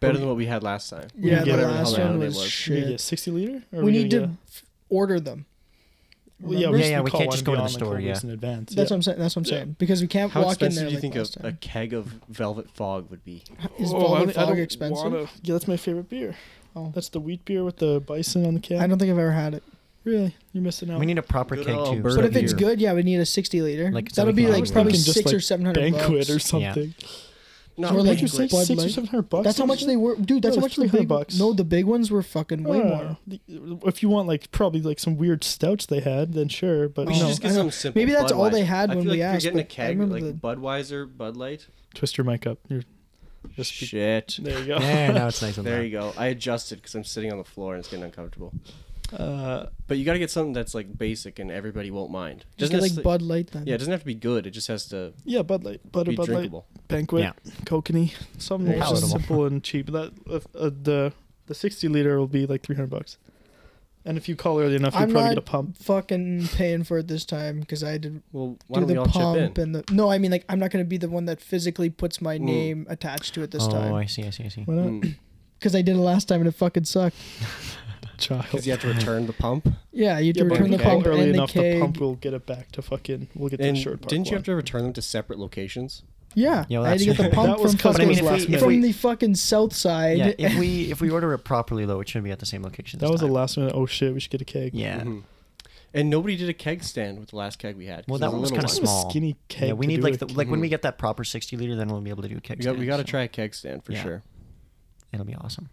Better than what we had last time.
We
Yeah,
can get
the
whatever the
last
hell
one
that
was,
was.
we gonna
shit.
get a 60 liter. Or are
we need
gonna
to
get
f- order them.
a- Well, yeah,
remember?
just
Yeah, yeah, we
call
can't
one
just go to the
beyond, like,
store,
four weeks
yeah.
in advance.
That's
yeah.
what I'm saying. That's what I'm
Yeah.
saying because we can't
How
walk in
expensive
there.
do you
like
think
last
a, a
time.
keg of Velvet Fog would be?
Is
Oh, I
Velvet
don't- I
Fog
don't
expensive?
wanna- yeah, that's my favorite beer.
Oh.
That's the wheat beer with the bison on the can.
I don't think I've ever had it.
really, you're missing out.
We need a proper
Good
keg
old
too.
Alberta
But if it's
beer.
good, yeah, we need a 60 liter.
Like, so
That'll
we
be
can
like
always
probably
order.
Just,
six
like,
or seven hundred
banquet
bucks.
or something.
Not
Or like
Like
really.
just
six,
Bud
six or
Light.
seven hundred bucks.
That's how much they were, dude. That's
No,
how
it's
much the
300
big.
bucks.
No, the big ones were fucking way
Uh,
more.
the- If you want like probably like some weird stouts they had, then sure. But
We
no,
should
Oh,
just
I
get
know.
some simple.
Maybe that's all they
Budweiser.
had
I
when
feel
we
like
asked,
If you're
but I
getting a keg
remember
like
the-
Budweiser, Bud Light.
twist your mic up. You're just be-
Shit.
there you go.
Yeah, now it's nice and
There
loud.
you go. I adjusted because I'm sitting on the floor and it's getting uncomfortable.
Uh,
But you got to get something that's like basic and everybody won't mind.
Just get
Doesn't
like
necessarily-
Bud Light then.
Yeah, it doesn't have to be good. It just has to
yeah, Bud Light, Bud,
be
Bud Light,
drinkable.
banquet,
Yeah.
kokanee, something
There you
that's
go.
just
Palatable.
simple and cheap. That uh, uh, the the sixty liter will be like three hundred bucks. And if you call early enough, you
I'm
probably
not
get a pump.
fucking paying for it this time because I did
Well,
do
why don't we
the
all chip
pump
in?
and the. No, I mean like I'm not gonna be the one that physically puts my
Mm.
name attached to it this
oh,
time
I see, I see, I see.
Why not?
Mm.
because I did it last time and it fucking sucked.
Child.
Because you have to return the pump.
Yeah, you have
Yeah,
to
but
return
if
the
you call
pump
early
and the
enough, the
keg.
pump will get it back to fucking. We'll get the
And
insured part.
didn't you
one.
have to return them to separate locations?
Yeah,
Yeah, well,
I had to get
that's
the
true.
pump
That was
from
cousins
fucking
I mean, if
last
we-
minute.
if
from the fucking south side.
Yeah, if we if we order it properly though, it should be at the same location.
that
this
was the
time.
last minute. Oh shit, we should get a keg.
Yeah.
Mhm. And nobody did a keg stand with the last keg we had. 'cause
Well,
it
that
a
one was
little
kind of
Kind of a
small.
skinny keg
Yeah, we
to
need
do
like
a
the, like when
Mhm.
we get that proper sixty liter, then we'll be able to do keg.
We got, we
stands,
got to
so
try a keg stand for
Yeah.
sure.
It'll be awesome.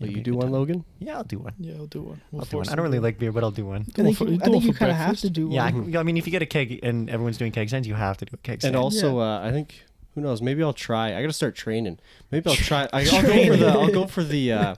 Will
It'll
you
be a
do
good
one,
time.
Logan?
Yeah, I'll do one.
Yeah, I'll do one. We'll
I'll do one.
force
I don't
them.
really like beer, but I'll do one.
I
Do one
think
for-
you,
do
I think
one
you
for
kind of have to
breakfast.
do one.
Yeah, I, I mean, if you get a keg and everyone's doing keg stands, you have to do a keg stand.
And also, uh, I think who knows? Maybe I'll try. I gotta start training. Maybe I'll try. I, I'll go for the. I'll go for the uh,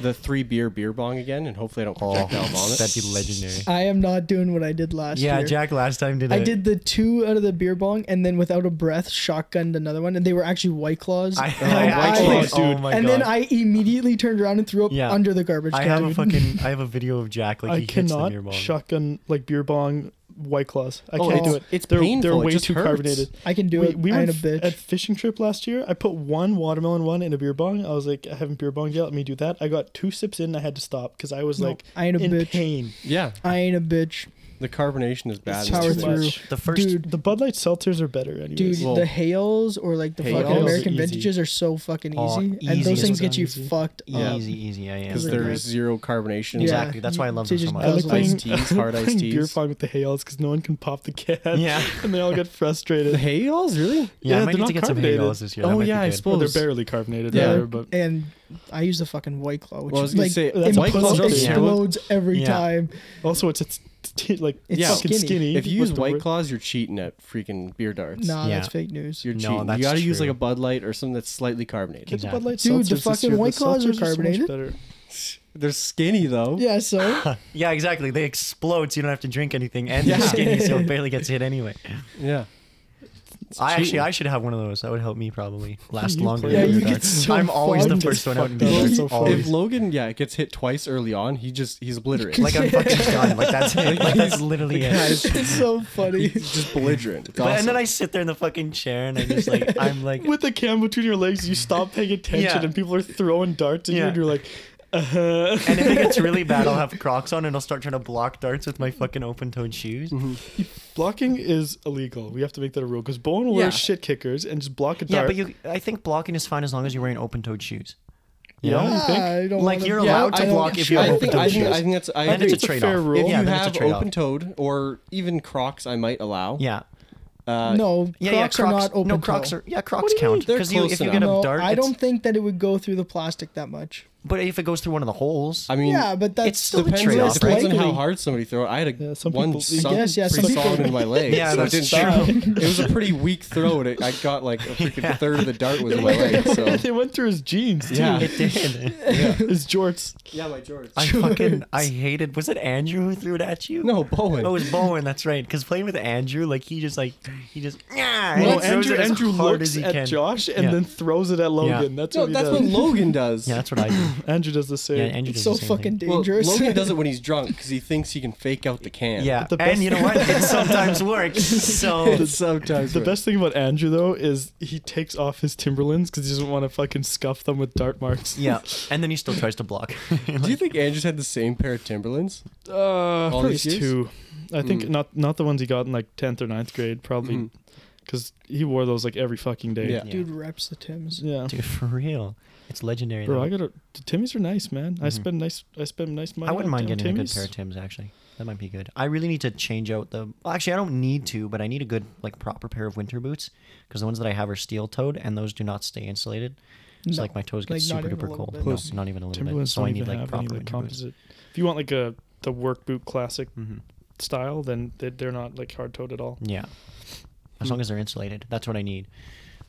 the three beer beer bong again, and hopefully I don't
oh,
projectile vomit.
that'd be legendary.
I am not doing what I did last
yeah,
year.
Jack last time did.
I
a-
did the two out of the beer bong and then without a breath shotgunned another one and they were actually white claws.
I,
Oh,
I
White
actually,
Claws,
oh
dude.
my
and
god.
then I immediately turned around and threw up
Yeah.
under the garbage
I
can.
have a fucking I have a video of Jack like
I
he hits the beer
cannot
bong.
shotgun like beer bong White claws. I
Oh,
can't
it's-
do it.
it's
they're they're
painful, it
way
just
too
hurts.
carbonated.
I can do
we,
it.
we
I ain't
went
a
f-
bitch.
at fishing trip last year. I put one watermelon one in a beer bong. I was like, I haven't beer bonged yet. Let me do that. I got two sips in. I had to stop because I was
No,
like
I ain't a
in
bitch.
pain.
Yeah,
I ain't a bitch.
the carbonation is bad.
It's
in
Power
this
too
one.
through.
much.
The first
Dude,
The Bud Light seltzers are better, anyways.
Dude,
Well-
the Hales or like the
Hales
fucking
are
American
easy.
vintages are so fucking easy,
Oh, easy
and those
as
things get you
easy.
fucked
Yeah.
up.
easy, easy, yeah, yeah.
because
Yeah.
there's zero carbonation.
Exactly. that's why I
you-
love
they
them so
just
much.
I like
guzzle
playing,
it.
iced teas,
I like
hard iced
playing beer
teas.
pong with the Hales because no one can pop the can,
Yeah.
and they all get
The
frustrated.
Hales, really?
Yeah,
Yeah,
I might
they're
need to
not
get some hay
carbonated.
balls this year.
Oh,
that might
yeah,
be
I
good.
suppose.
well, they're barely carbonated,
Yeah.
rather, but
And I use the fucking white claw, which
Well, I was
is
gonna
like
say,
that's
White Claws are
impossible.
implodes every
Yeah.
time.
also it's it's t- like
It's
Yeah.
fucking
skinny.
skinny.
If you
with
use
the
White
word-
Claws, you're cheating at freaking beer darts.
Nah,
Yeah.
that's fake news.
You're
No,
cheating.
that's
you gotta use
true.
like a Bud Light or something that's slightly carbonated.
Get the Bud Light
Dude,
seltzers
the
this
fucking
year.
White Claws are
seltzers so much
carbonated.
better.
They're skinny though.
Yeah, so
yeah, exactly. They explode, so you don't have to drink anything, and
Yeah.
they're skinny, so it barely gets hit anyway.
Yeah.
I
cheating.
actually, I should have one of those. That would help me probably last
You
longer.
play-
than
Yeah, you
the
get
darts.
so
I'm always the
fucked
first one
up.
out in the
Well,
darts,
so fucked.
always.
If Logan, yeah, gets hit twice early on, he just he's obliterated.
Like I'm fucking done. Like that's it. Like that's literally it.
it's so funny.
he's just belligerent. It's
But-
awesome.
And then I sit there in the fucking chair, and I just like, I'm like,
with the cam between your legs, you stop paying attention,
Yeah.
and people are throwing darts at you,
Yeah.
and you're like, uh-huh.
and if it gets really bad, I'll have Crocs on, and I'll start trying to block darts with my fucking open-toed shoes.
Mm.
blocking is illegal. We have to make that a rule because Bowen will wear
Yeah.
shit kickers and just block a
Yeah,
dart.
but you, I think blocking is fine as long as you're wearing open-toed shoes. You
Yeah.
know?
you think?
Ah, I don't
Like,
wanna-
you're
Yeah,
allowed
I
to
don't-
block if you
I
have
think,
open-toed
I think
shoes.
I think that's I
Then
agree.
it's a
it's a fair
trade-off.
rule.
if
Yeah,
you
then it's a
have
trade-off.
open toed or even Crocs, I might allow.
Yeah.
Uh,
no,
Yeah,
Crocs,
yeah, Crocs
are not open.
No, Crocs
toe.
are yeah, Crocs count
They're
because you,
close
if you
enough.
get
No,
a dart,
I
it's-
don't think that it would go through the plastic that much.
But if it goes through one of the holes,
I mean,
yeah, but that's
it's still a
depends-
It
trade-off,
less
right?
depends on how
likely.
hard somebody throw. it. I had a
Yeah, some
one
people-
sunk
I
guess, yeah,
pretty
some
solid
people-
in my leg.
Yeah,
so it
that's
didn't
true.
It was a pretty weak throw, and it, I got like a freaking third of the dart was in my leg. So
they went through his jeans, too.
yeah,
it did.
yeah,
his jorts.
yeah, my George.
I fucking I hated. Was it Andrew who threw it at you?
No, Bowen.
Oh, it was Bowen. That's right. Because playing with Andrew, like he just like he just yeah.
No,
he throws
Andrew,
it as
Andrew
hard
looks
as he
at
can.
Josh and
Yeah.
then throws it at Logan. That's
no,
what he
that's
does.
what Logan does.
Yeah, that's what I do.
Andrew does the same.
Yeah, Andrew does
It's so
the same
fucking
thing.
well,
dangerous.
Logan does it when he's drunk because he thinks he can fake out the can.
Yeah,
the best-
and you know what? It sometimes works. So
It sometimes
The
works.
best thing about Andrew though is he takes off his Timberlands because he doesn't want to fucking scuff them with dart marks.
yeah, and then he still tries to block.
Do you think Andrew's had the same pair of Timberlands?
uh,
All
probably
these years?
two. I think
Mm.
not not the ones he got in like tenth or 9th grade, probably
Mm.
Mm-hmm.
because he wore those like every fucking day.
Yeah.
Dude reps the Tims.
yeah.
Dude, for real, it's legendary.
Bro,
though.
I gotta. the Timmy's are nice, man. I
Mhm.
spend nice. I spend nice money.
I wouldn't
on
mind
damn
getting
Timmy's.
a good pair of Tims actually. That might be good. I really need to change out the. Well, actually, I don't need to, but I need a good like proper pair of winter boots because the ones that I have are steel toed and those do not stay insulated. So
No.
like my toes get
Like, not
super
even a
duper
little
cold.
bit.
No,
Plus,
not even a little bit.
Timberlands
So
don't
I need
even
like
have
proper
any like
winter boots.
composite. If you want like a the work boot classic
Mhm.
style, then they- they're not like hard toed at all.
Yeah, as long as they're insulated, that's what I need.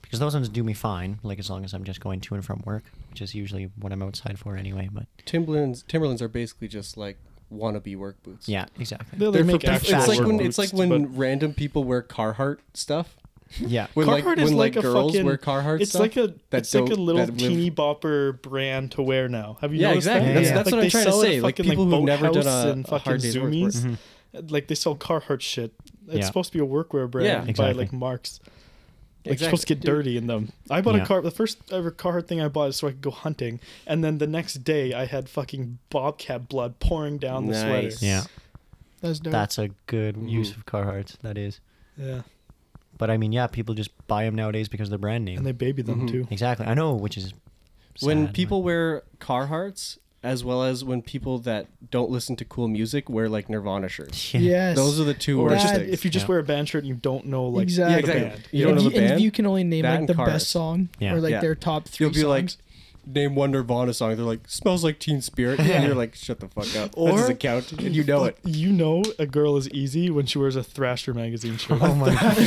Because those ones do me fine. Like as long as I'm just going to and from work, which is usually what I'm outside for anyway. But
Timberlands Timberlands are basically just like wannabe work boots.
yeah, exactly.
They, they
They're
make
for,
actual
it's like
work
when it's like
boots,
when
but-
random people wear Carhartt stuff.
Yeah.
When like
Carhartt is
when like,
like a
girls
fucking-
wear Carhartt
It's
stuff.
like a
that
it's like a
don't-
little
that live-
teeny bopper brand to wear now. Have you
Yeah,
noticed
exactly.
that?
That's- Yeah.
that's
like
what I'm
they
trying to
sell it at
say, like,
fucking,
people who've never done
Boathouse
a-
and
a
fucking
hard day's work
Zoomies.
worth.
Mm-hmm. Like they sell Carhartt shit. It's
Yeah.
supposed to be a workwear brand
Yeah.
by
Exactly.
like marks. Like you're supposed to
Exactly.
get dirty in them. I bought a
Yeah.
car. The first ever Carhartt thing I bought is so I could go hunting, and then the next day I had fucking bobcat blood pouring down the
Nice.
sweater.
Yeah.
That's dope.
That's a good use
Mhm.
of Carhartt. That is.
Yeah,
But I mean, yeah, people just buy them nowadays because they're brand name.
and they baby them
Mhm.
too.
exactly. I know, which is sad,
When
but-
people wear Carhartts, as well as when people that don't listen to cool music wear like Nirvana shirts.
yeah.
yes.
Those are the two
Or
worst
just,
That-
things.
if you just
Yeah.
wear a band shirt and you don't know like
Exactly.
yeah,
the
exactly.
band.
You don't
if
know
you,
the band.
If you can only name
That
like
and
the
Cars.
best song
Yeah.
or like
Yeah.
their top 3
You'll be like,
songs.
name one Nirvana song. They're like, smells like Teen Spirit. And you're like, shut the fuck up.
Or-
that doesn't count. And you know it.
Like, You know a girl is easy when she wears a Thrasher magazine shirt.
Oh my fucking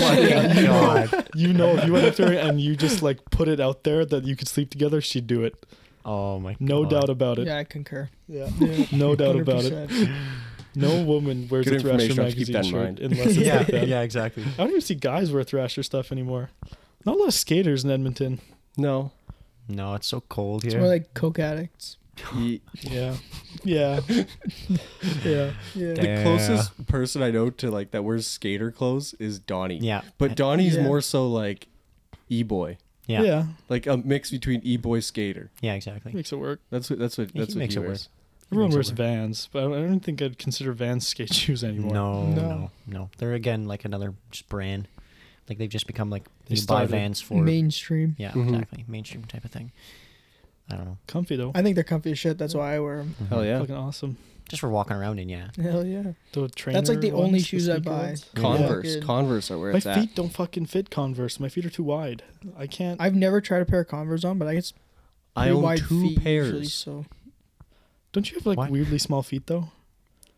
god!
you know if you went up to her and you just like put it out there that you could sleep together, she'd do it.
Oh my.
No
God.
doubt about it.
Yeah, I concur.
Yeah.
Yeah.
No doubt about it.
100%.
No woman wears a
Good
Thrasher
information, I'll keep
magazine
that in
shirt
mind.
unless it's
yeah,
like that.
yeah, exactly.
I don't even see guys wear Thrasher stuff anymore. Not a lot of skaters in Edmonton.
No.
No, it's so cold
It's
here.
more like coke addicts.
He,
Yeah. Yeah. yeah.
Damn.
Yeah.
The closest person I know to like that wears skater clothes is Donnie.
Yeah.
But Donnie's
Yeah.
more so like e boy,
Yeah. Yeah,
Yeah.
like a mix between e boy skater.
exactly.
Makes it work.
That's what. That's what.
Yeah,
That's
he
what
makes
he
it
wears.
Everyone
makes it
wears
work.
Vans, but I don't think I'd consider Vans skate shoes anymore.
No,
No.
no, no, They're again like another just brand. Like they've just become like you
They
buy
started
vans for
Mainstream.
yeah,
Mhm.
exactly mainstream type of thing. I don't know,
Comfy though.
I think they're comfy as shit. That's why I wear them.
Hell yeah.
Fucking awesome.
just for walking around in yeah.
Hell yeah.
The trainer.
That's like the
ones,
only
the
shoes I
sneaker
buy.
ones.
Converse.
Fucking-
Converse are where
My
it's at.
feet don't fucking fit Converse. My feet are too wide. I can't.
I've never tried a pair of Converse on, but I guess
I
pretty
own
wide
two
feet
pairs.
Usually, so
don't you have like
What?
weirdly small feet though?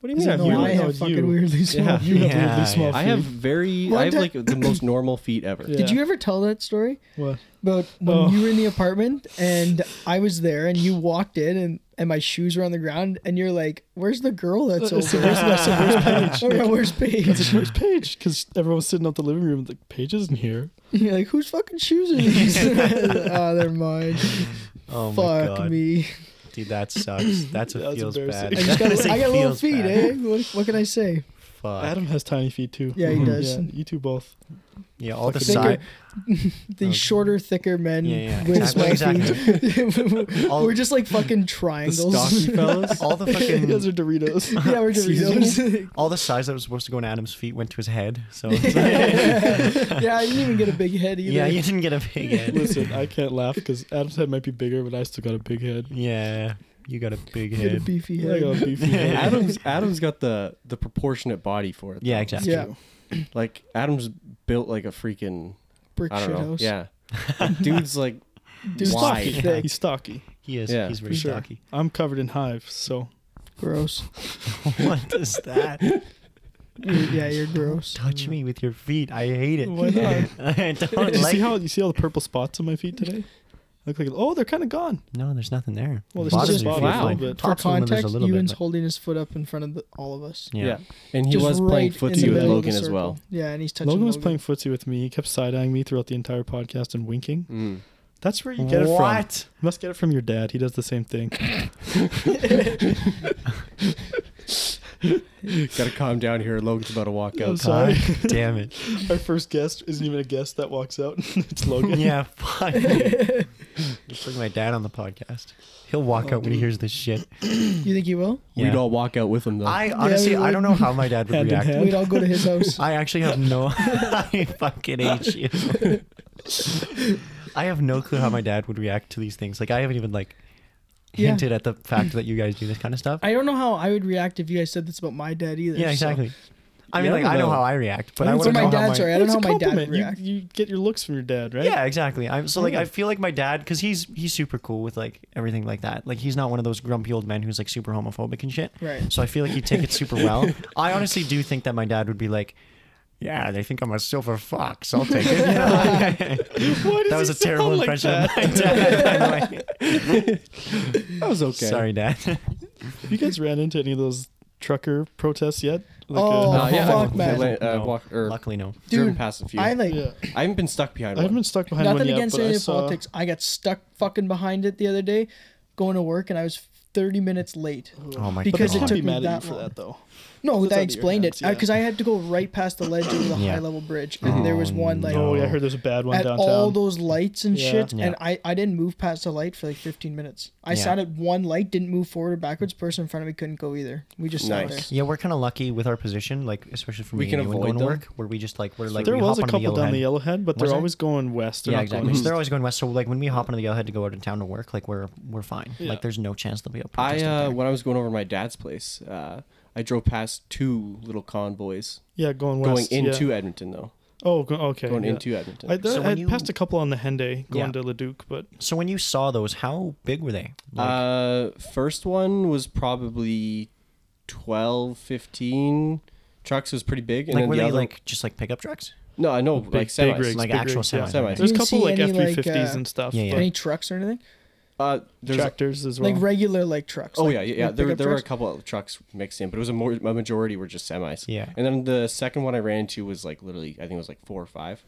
What do you
Is
mean?
it
I have
no,
weird-
you-
I have
you-
fucking weirdly small.
Yeah.
You have
Yeah,
weirdly small
yeah.
I
feet.
have very.
Well,
I have
that-
like the most normal feet ever.
Yeah.
Did you ever tell that story?
What?
But when
Oh.
you were in the apartment and I was there and you walked in and, and my shoes were on the ground and you're like, Where's the girl that's over?
It's the worst- that's the worst page.
Oh, yeah, where's
That's
Paige?
the first page because everyone's sitting out the living room. Like Paige isn't here.
You're like, Whose fucking shoes are these? oh, they're mine.
Oh my
Fuck
god,
me.
dude, that sucks. That's what
That's
feels
embarrassing.
bad.
I just got,
Honestly
I got little
feels
feet,
bad.
eh? What, what can I say?
Fuck.
Adam has tiny feet too. Mm-hmm.
Yeah, he does.
Yeah, you two both.
yeah, all the
Fucking
side,
The
Okay.
shorter, thicker men
Yeah, yeah,
with
exactly,
small feet.
All-
we're just like fucking
The
triangles.
stocky fellas.
all the
you guys
fucking,
are Doritos.
yeah, we're
Excuse
Doritos.
all the size that was supposed to go in Adam's feet went to his head. So
Oh,
yeah, I didn't even get a big head either.
yeah, you didn't get a big head.
Listen, I can't laugh because Adam's head might be bigger, but I still got a big head.
Yeah, you got a big
Get a
head.
beefy
I
head.
got a beefy head.
Adam's Adam's got the the proportionate body for it.
Yeah,
though.
exactly.
Yeah,
Like Adam's built like a freaking
brick
I
shit
don't know.
house.
Yeah. Like, dude's like
Dude's
wide.
stocky.
thick.
He's stocky.
He is.
Yeah,
he's
for
very
sure.
stocky.
I'm covered in hives, so
Gross.
what is that?
You- yeah, you're gross.
Touch me with your feet. I hate it.
why not?
I don't
Did you
like.
see how you see all the purple spots on my feet today? Look like oh, they're kind of gone.
no, there's nothing there.
Well, there's
Bottoms
just
of your
bottom
feet
a
are
little
fine.
bit.
For
Tops of them, there's
context,
a little bit,
Ewan's
but-
holding his foot up in front of the, all of us.
Yeah.
yeah.
And he
Just
was playing
right in
footsie
the
with
middle of
Logan
the
as well.
circle. Yeah, and he's touching.
Logan was playing footsie with me. He kept side eyeing me throughout the entire podcast and winking.
Mm.
That's where you get it from.
what?
You must get it from your dad. He does the same thing.
Mm. Gotta calm down here. Logan's about to walk
I'm
out.
sorry.
God damn it.
Our first guest isn't even a guest that walks out. it's Logan.
yeah, fuck. you. Just bring my dad on the podcast. He'll walk out when he hears this shit.
You think he will?
We'd
Yeah.
all walk out with him though.
I honestly,
we
I
would.
don't know how my dad would
Hand in
react.
hand.
We'd all go to his house.
I actually have no. I fucking hate you. I have no clue how my dad would react to these things. Like I haven't even like
Yeah.
hinted at the fact that you guys do this kind of stuff.
I don't know how I would react if you guys said this about my dad either.
yeah,
so-
exactly. I mean,
Yeah, I
like
don't
I know
know.
how I react, but I,
I
want
think
So
to know
my
how
dad,
my
sorry, I don't know how my dad would
compliment.
react.
You, you get your looks from your dad, right?
yeah, exactly. I'm so like
Yeah.
I feel like my dad because he's he's super cool with like everything like that. Like he's not one of those grumpy old men who's like super homophobic and shit.
Right.
So I feel like he'd take it super well. I honestly do think that my dad would be like, "Yeah, they think I'm a silver fox. I'll take it." You know?
Why does
that was
he
a terrible
sound like
impression
that?
of my dad. by the way.
that was okay.
Sorry, dad.
You guys ran into any of those trucker protests yet? Like
Oh,
uh,
Uh, yeah,
fuck,
I,
man.
I, uh,
No.
walk, or
Luckily, no.
driven
Dude,
past a few.
I
I,
like
yeah.
haven't been stuck behind
I
one.
haven't been stuck behind
nothing
one yet,
against
but
any
I
of
saw
politics. I got stuck fucking behind it the other day, going to work, and I was 30 minutes late.
Oh my
Because
Because they
god.
it
can't
took
be
me
mad at
that
you for
long.
that though.
No,
That's
that
out of your
explained it
hands, yeah.
because I had to go right past the ledge over the
Yeah.
high level bridge, and there was one like
Oh, yeah, I heard there's a bad one
at
downtown.
all those lights and
Yeah.
shit,
Yeah.
and I I didn't move past the light for like 15 minutes. I
Yeah.
sat at one light, didn't move forward or backwards. Person in front of me couldn't go either. We just sat
Nice.
there.
Yeah, we're kind of lucky with our position, like especially for me
We can
and you and
avoid
going to
them.
work, where we just like we're like
there
we
was
hop
a
onto
couple down
Yellowhead.
the Yellowhead, but
Was
they're
there?
always going west. They're
yeah,
not
exactly.
going
So
east.
they're always going west. So like when we hop into the Yellowhead to go out of town to work, like we're we're fine.
Yeah.
Like there's no chance there'll be a
I
protest. out
uh,
there.
when I was going over to my dad's place, uh, I drove past two little convoys
yeah, going
going
west.
into
yeah.
Edmonton though.
Oh, go, okay.
Going
yeah.
into Edmonton.
I, there,
So
I
when you-
passed a couple on the Henday going
Yeah.
to Leduc, but
So when you saw those, how big were they? Like,
uh, first one was probably 12, 15 trucks was pretty big, and
like
then
were
the
they
other
like just like pickup trucks?
no, I know
big,
like
big
semis.
rigs,
Like
big
actual
rigs, yeah.
semis,
Semis.
There's a
You
couple
see
like
any, like,
F350s
uh,
and stuff,
Yeah, yeah.
but
Any trucks or anything?
Uh, there's a-
tractors as well.
Like regular like trucks.
Oh
like,
yeah, yeah. yeah.
like
There,
pickup
there were a
trucks?
couple of trucks mixed in, but it was a, more, a majority were just semis.
Yeah.
And then the second one I ran into was like literally, I think it was like four or five.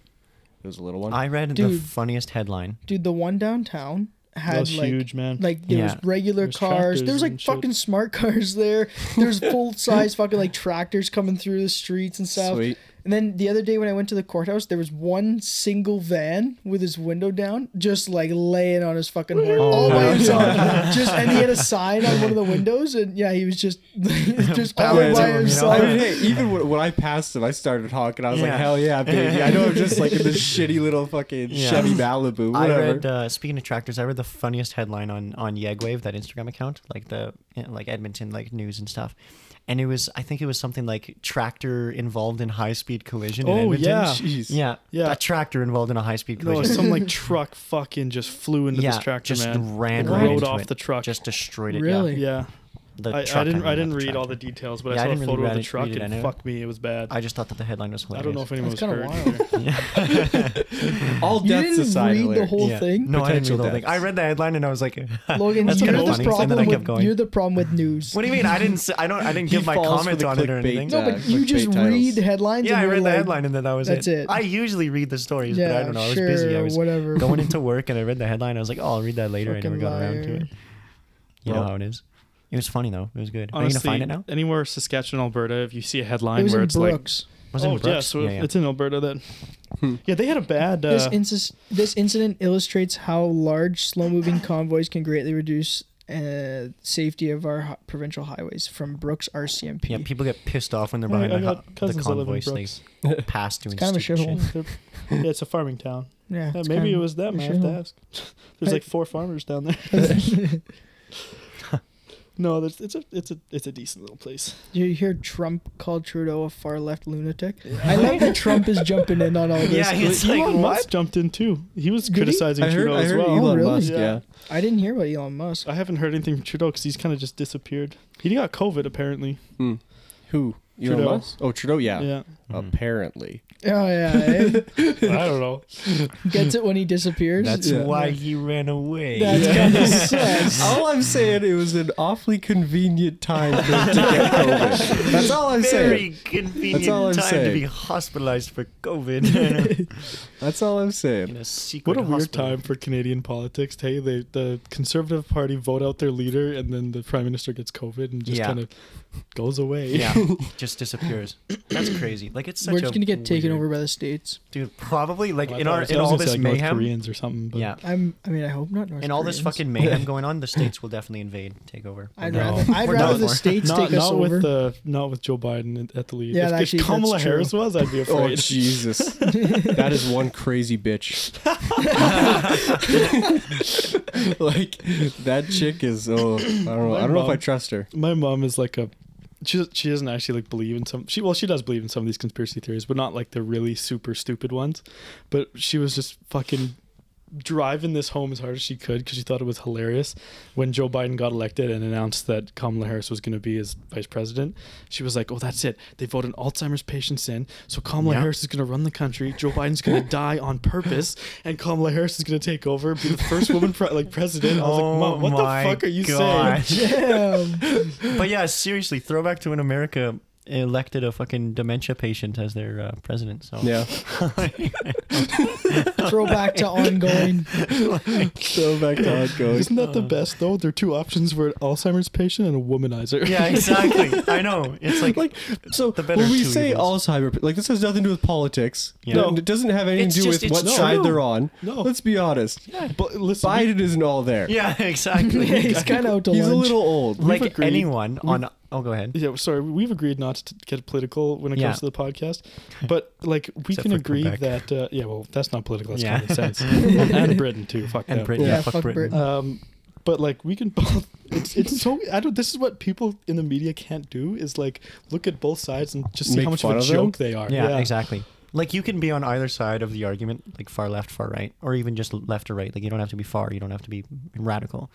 It was a little one.
I read the
Dude.
funniest headline.
Dude, the one downtown
That
had
was
like
huge, man.
like there
Yeah.
was regular
There's
cars. There
tractors
was like
and shit.
fucking smart cars there. There's full size fucking like tractors coming through the streets and stuff.
Sweet.
And then the other day when I went to the courthouse, there was one single van with his window down, just like laying on his fucking horn all
my
by
God.
himself. just and he had a sign on one of the windows, and yeah, he was just just all
Balancing
by
him, you know?
himself.
I mean, hey, even when, when I passed him, I started honking. I was
Yeah.
like, "Hell yeah, baby!" I know I'm just like in this shitty little fucking
Yeah.
Chevy Malibu,
I
whatever.
read. Uh, speaking of tractors, I read the funniest headline on on Yegwave, that Instagram account, like the you know, like Edmonton like news and stuff. And it was, I think it was something like tractor involved in high speed collision. in
Oh,
Edmonton.
yeah.
Jeez.
yeah,
Yeah.
A tractor involved in a high speed
no,
collision.
some like truck fucking just flew into
yeah,
this tractor,
just
man.
ran
It
right
rode
into
off
it,
the truck.
just destroyed it.
Really?
Yeah.
yeah,
The
I, I
truck,
didn't. I
mean, not
didn't
the
read all the
tractor.
details,
Yeah, I
but I saw a
didn't really
photo of
read
the
it-
truck
read it, I
and
know.
fuck me, it was bad. I,
I just thought that the headline was hilarious.
don't know if anyone was
That's kinda
hurt.
wild.
either.
All
You
deaths
didn't
aside,
read the
hilarious.
whole
Yeah.
thing.
No, I didn't
Potential
read the whole thing. I
deaths.
read the headline and I was like,
"Logan,
that's
you're
kind of
the
funny." And then
problem
I kept
with
going.
you're the problem with news."
What do you mean? I didn't. Say, I don't. I didn't
He
give my
falls for
comment
the
on it or
clickbait.
anything.
no, but
Yeah,
you
clickbait
just
titles.
read headlines.
Yeah,
and
I
you're
read the
like,
headline and then that was
that's it.
I usually read the stories,
Yeah,
but I don't know. I was busy. I
sure,
was
whatever.
going into work and I read the headline. I was like, oh, I'll read that later. I never
Fucking
got around to
liar.
it. You know
Well-
how it is. It was funny though. It was good.
Honestly,
Are you gonna find it
anywhere Saskatchewan, Alberta, if you see a
It
headline
was
where
in
it's like,
Brooks.
now? Was it
oh
in
yeah,
Brooks?
so
yeah, yeah.
it's in Alberta then.
Hmm.
yeah, they had a bad.
this
Uh,
incis- this incident illustrates how large slow moving convoys can greatly reduce uh, safety of our hi- provincial highways from Brooks RCMP.
yeah, people get pissed off when they're
I-
behind
I
the,
got
ho- the
cousins that live in
convoy. so
Brooks.
They pass doing
kind of a
stupid shit.
shithole.
They're- yeah, it's a farming town.
Yeah,
Yeah,
it's
maybe
kinda-
it was them. I have to
shithole.
ask. There's like four farmers down there. no, there's, it's a it's a it's a decent little place.
Did you hear Trump called Trudeau a far left lunatic? I love that Trump is jumping in on all this.
Yeah, he's
Elon
like,
Musk
what?
jumped in too. He was
Did he?
criticizing
I heard,
Trudeau
I
as
heard
well.
Oh,
Elon
really?
Musk.
Yeah.
Yeah.
I didn't hear about Elon Musk.
I haven't heard anything from Trudeau because he's kind of just disappeared. He got COVID apparently.
Who? Elon
Trudeau.
Musk? Oh, Trudeau. Yeah.
Yeah,
Mm-hmm.
Mhm.
Apparently.
Oh yeah, eh?
I don't know.
gets it when he disappears.
That's
Yeah.
why he ran away.
That's kind of sus.
All I'm saying, it was an awfully convenient time for him to get COVID. That's all I'm
Very
saying.
convenient
That's all I'm
time to
saying.
be hospitalized for COVID
That's all I'm
in
saying.
a secret
What a weird
hospital.
time for Canadian politics. Hey, they, the Conservative Party vote out their leader, and then the Prime Minister gets COVID and just
Yeah.
kind of goes away.
Yeah, just disappears. That's crazy. Like it's such
We're
a
just gonna get taken
weird-
over by the states.
dude. Probably like
Well, I
in
thought-
our
I
in
was
all
gonna say,
this
like, North
mayhem.
Koreans or something. But
Yeah,
I'm. I mean, I hope not. North
in all this
Koreans.
fucking mayhem going on, the states will definitely invade, take over.
I'd
No.
rather. I'd
We're
rather
done
the
for.
states
not,
take us
not
over.
with the not with Joe Biden at- at the lead.
Yeah,
if,
actually,
if
that's
Kamala
true.
Harris was, I'd be
Oh
afraid.
Jesus! that is one crazy bitch. like that chick is. Oh, I don't know. I don't know if I trust her.
My mom is like a. She, she doesn't actually like believe in some she well she does believe in some of these conspiracy theories but not like the really super stupid ones but she was just fucking driving this home as hard as she could because she thought it was hilarious when Joe Biden got elected and announced that Kamala Harris was going to be his vice president. She was like, "Oh, that's it. They voted Alzheimer's patients in, so Kamala
Yeah.
Harris is going to run the country. Joe Biden's going to die on purpose, and Kamala Harris is going to take over, be the first woman pre- like president." I was
Oh
like, "Mom, what
my
the fuck are you
God.
saying?"
Damn.
But yeah, seriously, throwback to when America elected a fucking dementia patient as their uh, president. So
Yeah.
Throwback to ongoing.
So back to how it goes.
Isn't
Uh.
that the best though? Their two options were an Alzheimer's patient and a womanizer.
yeah, exactly. I know. It's like,
Like so,
The better
when we
two
say
evils.
Alzheimer, like this has nothing to do with politics.
Yeah.
No,
No.
it doesn't have anything
It's
to do
just-
with
it's Oh.
what
true.
side they're on.
No.
let's be honest.
but listen,
Biden isn't all there.
yeah, exactly.
Yeah, he's kind of out to
he's a
lunch.
little old.
like
agreed.
anyone on. Oh, go ahead.
yeah, sorry, we've agreed not to get political when it
Yeah.
comes to the podcast, but like we
Except
can
for
agree
Quebec.
that uh, yeah, well, that's not political. That's
Yeah.
common sense, and Britain too. Fuck
And
that.
Britain.
Yeah,
Yeah, fuck
fuck
Britain.
Britain.
Um, but like we can both. It's it's so I don't. This is what people in the media can't do is like look at both sides and just see
Make
how much
fun
of a
of them?
joke they are.
Yeah, exactly. Like you can be on either side of the argument, like far left, far right, or even just left or right. Like you don't have to be far, you don't have to be radical.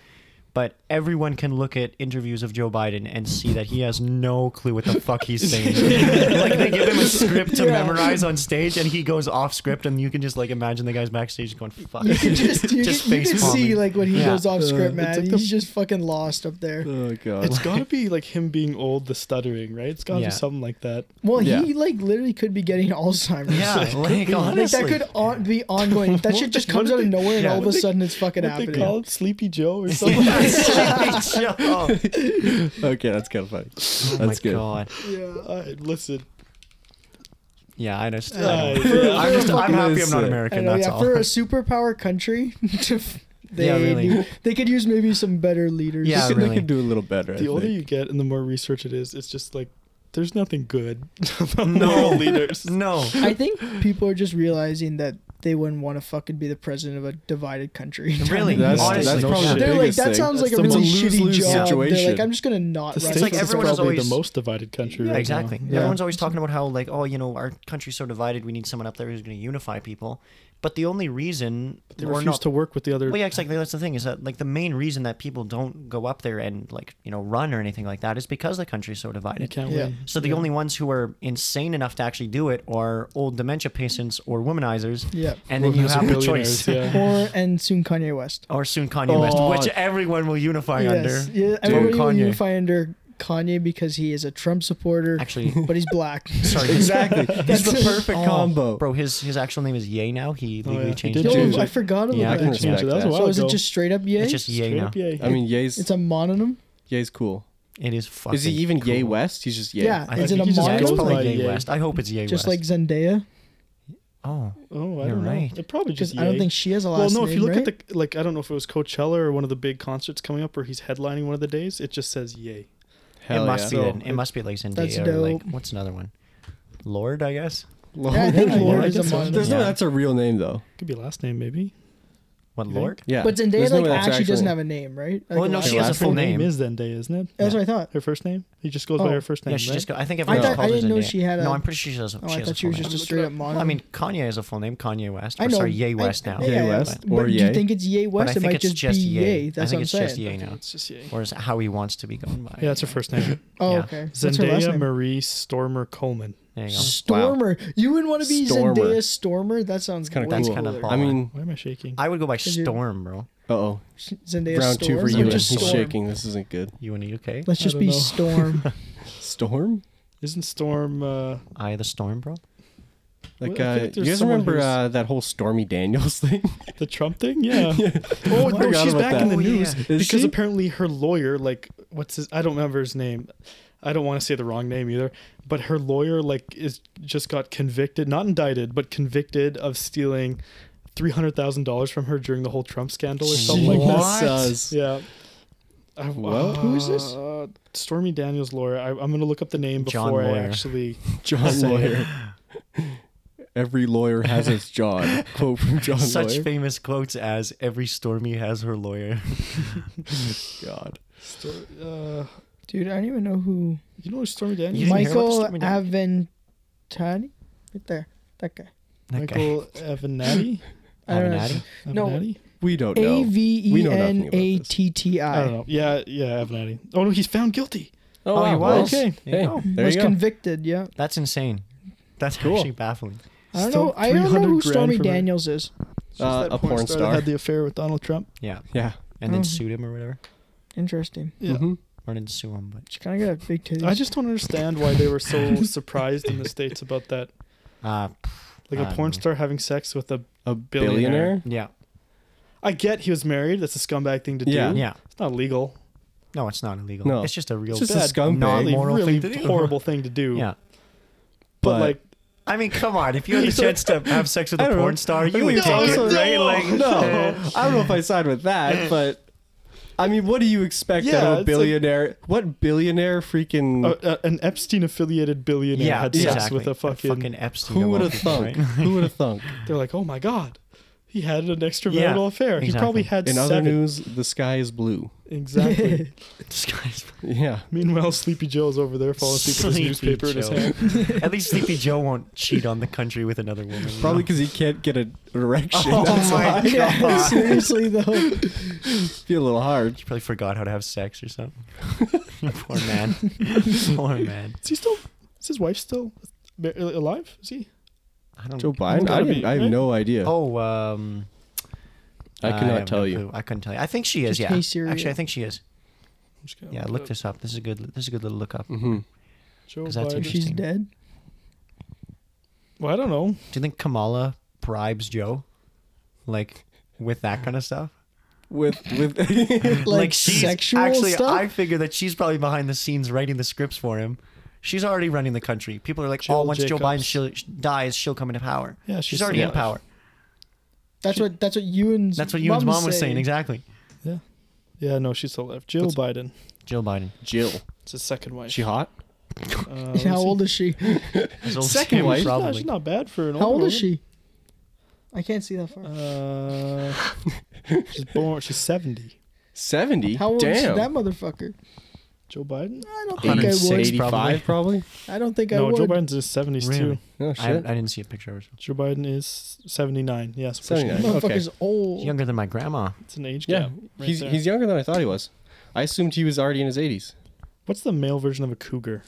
but everyone can look at interviews of Joe Biden and see that he has no clue what the fuck he's saying. like they give him a script to
Yeah.
memorize on stage, and he goes off script, and you can just like imagine the guys backstage going, "Fuck."
You can just you,
Just
can, you can
facepalming.
see like when he
Yeah.
goes off
Uh,
script,
it's
man.
like
he's
the-
just fucking lost up there.
Oh god.
It's gotta be like him being old, the stuttering, right? It's gotta
Yeah.
be something like that.
Well,
Yeah.
he like literally could be getting Alzheimer's.
yeah, like
Like
honestly,
that could on, be ongoing. That shit
What-
just
what
comes
did
out of
they-
nowhere, and
yeah,
all of a
what they-
sudden it's fucking
What they
happening.
call it, Sleepy Joe or something.
oh,
okay, that's kind of funny. That's
my
good.
god.
Yeah.
All right, Uh, listen.
Yeah, I just, I
Uh,
don't-
yeah.
I'm just, I'm happy I'm
Listen.
not
I
American.
know,
That's
oh, yeah,
all.
for a superpower country, to f- they
Yeah, really.
do- they could use maybe some better leaders.
Yeah,
they, could,
really.
they could do a little better. I
The older
think.
you get and the more research it is, it's just like there's nothing good about
No.
world leaders.
No.
I think people are just realizing that they wouldn't want to fucking be the president of a divided country.
Really?
that's,
Honestly,
that's
no
probably
shit.
the
They're like
biggest
that
thing.
sounds like
That's
a
the
really
most
shitty
lose-lose
job. They're like,
situation.
I'm just gonna not.
The
run
States
for
like
is
this
everyone is
probably
always-
the most divided country
Yeah,
right
exactly.
now. Yeah.
Everyone's always talking about how like, oh, you know, our country's so divided. We need someone up there who's going to unify people. But the only reason
They
we're
refuse
not,
to work with the other.
well, yeah, exactly. That's the thing is that like the main reason that people don't go up there and like you know run or anything like that is because the country's so
You
divided.
can't
Yeah.
win.
So the
Yeah.
only ones who are insane enough to actually do it are old dementia patients or womanizers.
Yeah.
And then you
Womanizers,
have the
billionaires,
choice.
yeah.
Or and soon Kanye West.
Or soon Kanye
Oh.
West, which everyone will unify
Yes.
under.
Yeah, everybody will
Kanye.
unify under Kanye because he is a Trump supporter,
Actually,
but he's black.
sorry. his-
Exactly. That's the perfect
Oh,
combo.
Bro, his his actual name is Ye now. He
Oh,
legally
yeah. He
changed
did
it.
change
Yo,
it.
I forgot
Yeah,
about
I
can
that.
Change it.
respect
That was a
that.
while
So is
ago.
it just straight up yay?
It's just Ye
Straight
now.
up yay.
I mean, Ye's
it's a mononym.
Ye's cool.
It is fucking.
Is he even
cool.
Yay West? He's just Yay.
Yeah.
I
Is
think
it a
he just-
mono?
yeah, it's
Goes by
probably Yay
Ye.
West. I hope it's Yay
Just like
West.
Zendaya,
oh,
oh, I
You're
don't know.
right.
It probably
because
just.
I don't
yay.
think she has a
Well,
last name.
no. If you look
right?
at the like, I don't know if it was Coachella or one of the big concerts coming up where he's headlining one of the days. It just says E yay.
Hell
it must
yeah.
be.
So,
then. it must be like Zendaya
That's
or like
dope.
what's another one? Lord, I guess.
Lord.
Yeah, I think
Yeah,
Lord
I
is a
guess so.
mononym.
There's no.
Yeah.
That's a real name though.
Could be last name maybe.
What
You
Lord?
Yeah.
But Zendaya
There's no
like
way that's
actually doesn't
actually-
have a name, right? Like
Well,
a
no,
last
she
name.
has a
Last
full
her name.
name.
is Zendaya, isn't it?
That's what I thought.
Her first name? He just goes by
Oh.
her first name.
Yeah, she
right?
just. Go, I think
I
everyone
thought-
calls
I
her
didn't know
Zendaya.
she had a-
No, I'm pretty sure she has a.
Oh,
she
I
has a
thought she was
full
just a
name.
straight up
Well,
mononym.
I mean, Kanye has a full name. Kanye West.
I
Or
know.
sorry, Ye
I-
West now.
yeah,
Ye
yeah, yeah.
West
But
or
do
Ye.
you think it's Ye
But
West?
I
It
think
might
it's
just,
just
be
Ye.
Ye. That's
I
what
think
I'm
it's
saying.
just Ye
I think
now,
It's just yay.
or is it how he wants to be going by?
Yeah, that's her first name.
Oh,
Yeah.
okay. What's her last
Zendaya
name?
Marie Stormer Coleman.
There you go.
Stormer. You wouldn't want to be
Stormer.
Zendaya Stormer. That sounds
kinda
kind
cool.
of
That's kinda
cool.
bomb.
I mean,
Why am I shaking?
I would go by
Cause you-
Storm, bro.
uh oh.
Zendaya
Round
Storm.
two for
or
you.
Ewan.
just
He's
Storm?
shaking. This isn't good.
You in the UK?
Let's
I
just
don't
be
know.
Storm.
Storm.
Isn't Storm? Uh,
I the Storm, bro.
Well, I
Like,
feel
uh,
like
you
there's
guys
someone
remember
who's-
uh, that whole Stormy Daniels thing?
The Trump thing? Yeah.
I
Oh, no,
forgot
she's
about
back
that.
in the
Oh, yeah.
news
Is
because
she?
apparently her lawyer, like, what's his? I don't remember his name. I don't want to say the wrong name either. But her lawyer, like, is just got convicted, not indicted, but convicted of stealing three hundred thousand dollars from her during the whole Trump scandal or something like
What?
that.
Jesus.
Yeah.
Uh,
I,
Well-
who is this? Uh, Stormy Daniels' lawyer. I, I'm gonna look up the name
John
before I
Lawyer.
actually.
John Lawyer. Every lawyer has his John. Quote from John
Such
Lawyer.
famous quotes as "Every Stormy has her lawyer."
God.
Stor- uh,
Dude, I don't even know who.
you know who Stormy Daniels?
You didn't hear about the
Michael
Stormy
Aventani? Right there. That guy.
That guy.
Michael Avenatti.
I don't know.
Avenatti?
No.
Avenatti?
We don't know.
A V
We
E
know nothing
N
about
A
this.
T T
I don't
I.
know. Yeah, yeah, Avenatti. Oh no, he's found guilty.
Oh, he was.
Okay.
There
Ah, Hey,
you go.
there
Was
you go.
convicted, yeah.
That's insane. That's
Cool.
actually baffling.
I don't
Stole
know. I don't know
300
who
grand
Stormy
from her.
Daniels is.
It's just
Uh,
that
a porn
that
star.
had the affair with Donald Trump.
Yeah,
Yeah.
and then
Mhm.
Hmm.
sued him or whatever,
Interesting.
Yeah.
Mhm.
or didn't sue him, but
She kind of got big titties.
I just don't understand why they were so surprised in the states about that.
uh,
Like
I
a
don't
porn
know.
star having sex with a.
A
Billionaire.
billionaire?
yeah,
I get he was married. That's a scumbag thing to
Yeah.
do.
yeah.
It's not legal.
No, it's not illegal.
Hmm? No.
it's just a real
It's just
bad,
a scumbag.
Really,
non-moral
really
thing to do.
horrible thing to do.
Yeah,
But,
But-
like,
I mean, come on. If you had the chance to have sex with a
I don't
porn
know.
star,
I
you would
mean,
take it,
also-
right? Like,
no, I don't know if I side with that, but I mean, what do you expect
Yeah,
out
it's
of a
like- Uh,
billionaire? what billionaire freaking?
a, a, an Epstein affiliated billionaire
yeah,
had sex
exactly.
with a fucking,
Epstein.
who
of
would
all
have
people,
thunk?
right?
Who would have thunk?
They're like, oh my god, he had an extramarital
Yeah,
affair. He
exactly.
probably had
In other
seven.
news, the sky is blue.
exactly.
This guy's-
Yeah.
Meanwhile, Sleepy Joe's over there falling asleep with his
Sleepy
newspaper in his
Joe.
hand.
At least Sleepy Joe won't cheat on the country with another woman. you know?
Probably because he can't get an erection.
Oh
That's
my
why.
yeah, seriously though.
Be a little hard.
He probably forgot how to have sex or something. Poor man. Poor man.
Is he still? Is his wife still ma- alive? Is he?
I don't.
Joe
Well,
Biden? I,
gotta
didn't,
be,
I
right?
have no idea.
Oh, um,
I cannot
have
tell
no
you.
clue. I couldn't tell you. I think she is.
Just
Yeah.
hey Siri.
Actually, I think she is.
I'm just gonna
Yeah.
look
Look
it up.
this up. This is a good. This is a good little look up.
hmm
Joe
'cause that's
Biden.
your
She's
Interesting.
dead.
Well, I don't know.
Do you think Kamala bribes Joe, like, with that kind of stuff?
With with
Like, sexual
actually,
stuff.
I figure that she's probably behind the scenes writing the scripts for him. She's already running the country. People are like, oh,
Jill
once Joe
Jacobs.
Biden she'll, dies, she'll come into power.
Yeah,
she's,
she's
already
still
in
alive.
power.
That's what that's what Ewan's
That's what Ewan's mom was saying. Exactly.
Yeah, no, she's still alive. Jill
What's-
Biden.
Jill Biden.
Jill.
It's his second wife.
She hot?
Uh,
How
let's see.
old is she?
As old as
Second
him,
wife?
She's not-
probably.
she's not bad for an
How old
older
is she? I can't see that far.
woman. Uh, she's born. She's seventy.
Seventy.
Uh,
How old is
Damn.
that motherfucker?
Joe Biden.
I don't think I would.
160.
85 probably.
I don't think I
no,
would.
Joe Biden's in his seventies too.
Really?
Oh
I,
shit.
I didn't see a picture of her.
Joe Biden is seventy nine. Yes, pushing
79.
it.
Motherfucker's
She's
old.
younger than my grandma.
it's an age
yeah.
gap. right
he's
there.
he's younger than I thought he was. I assumed he was already in his 80s.
What's the male version of a cougar?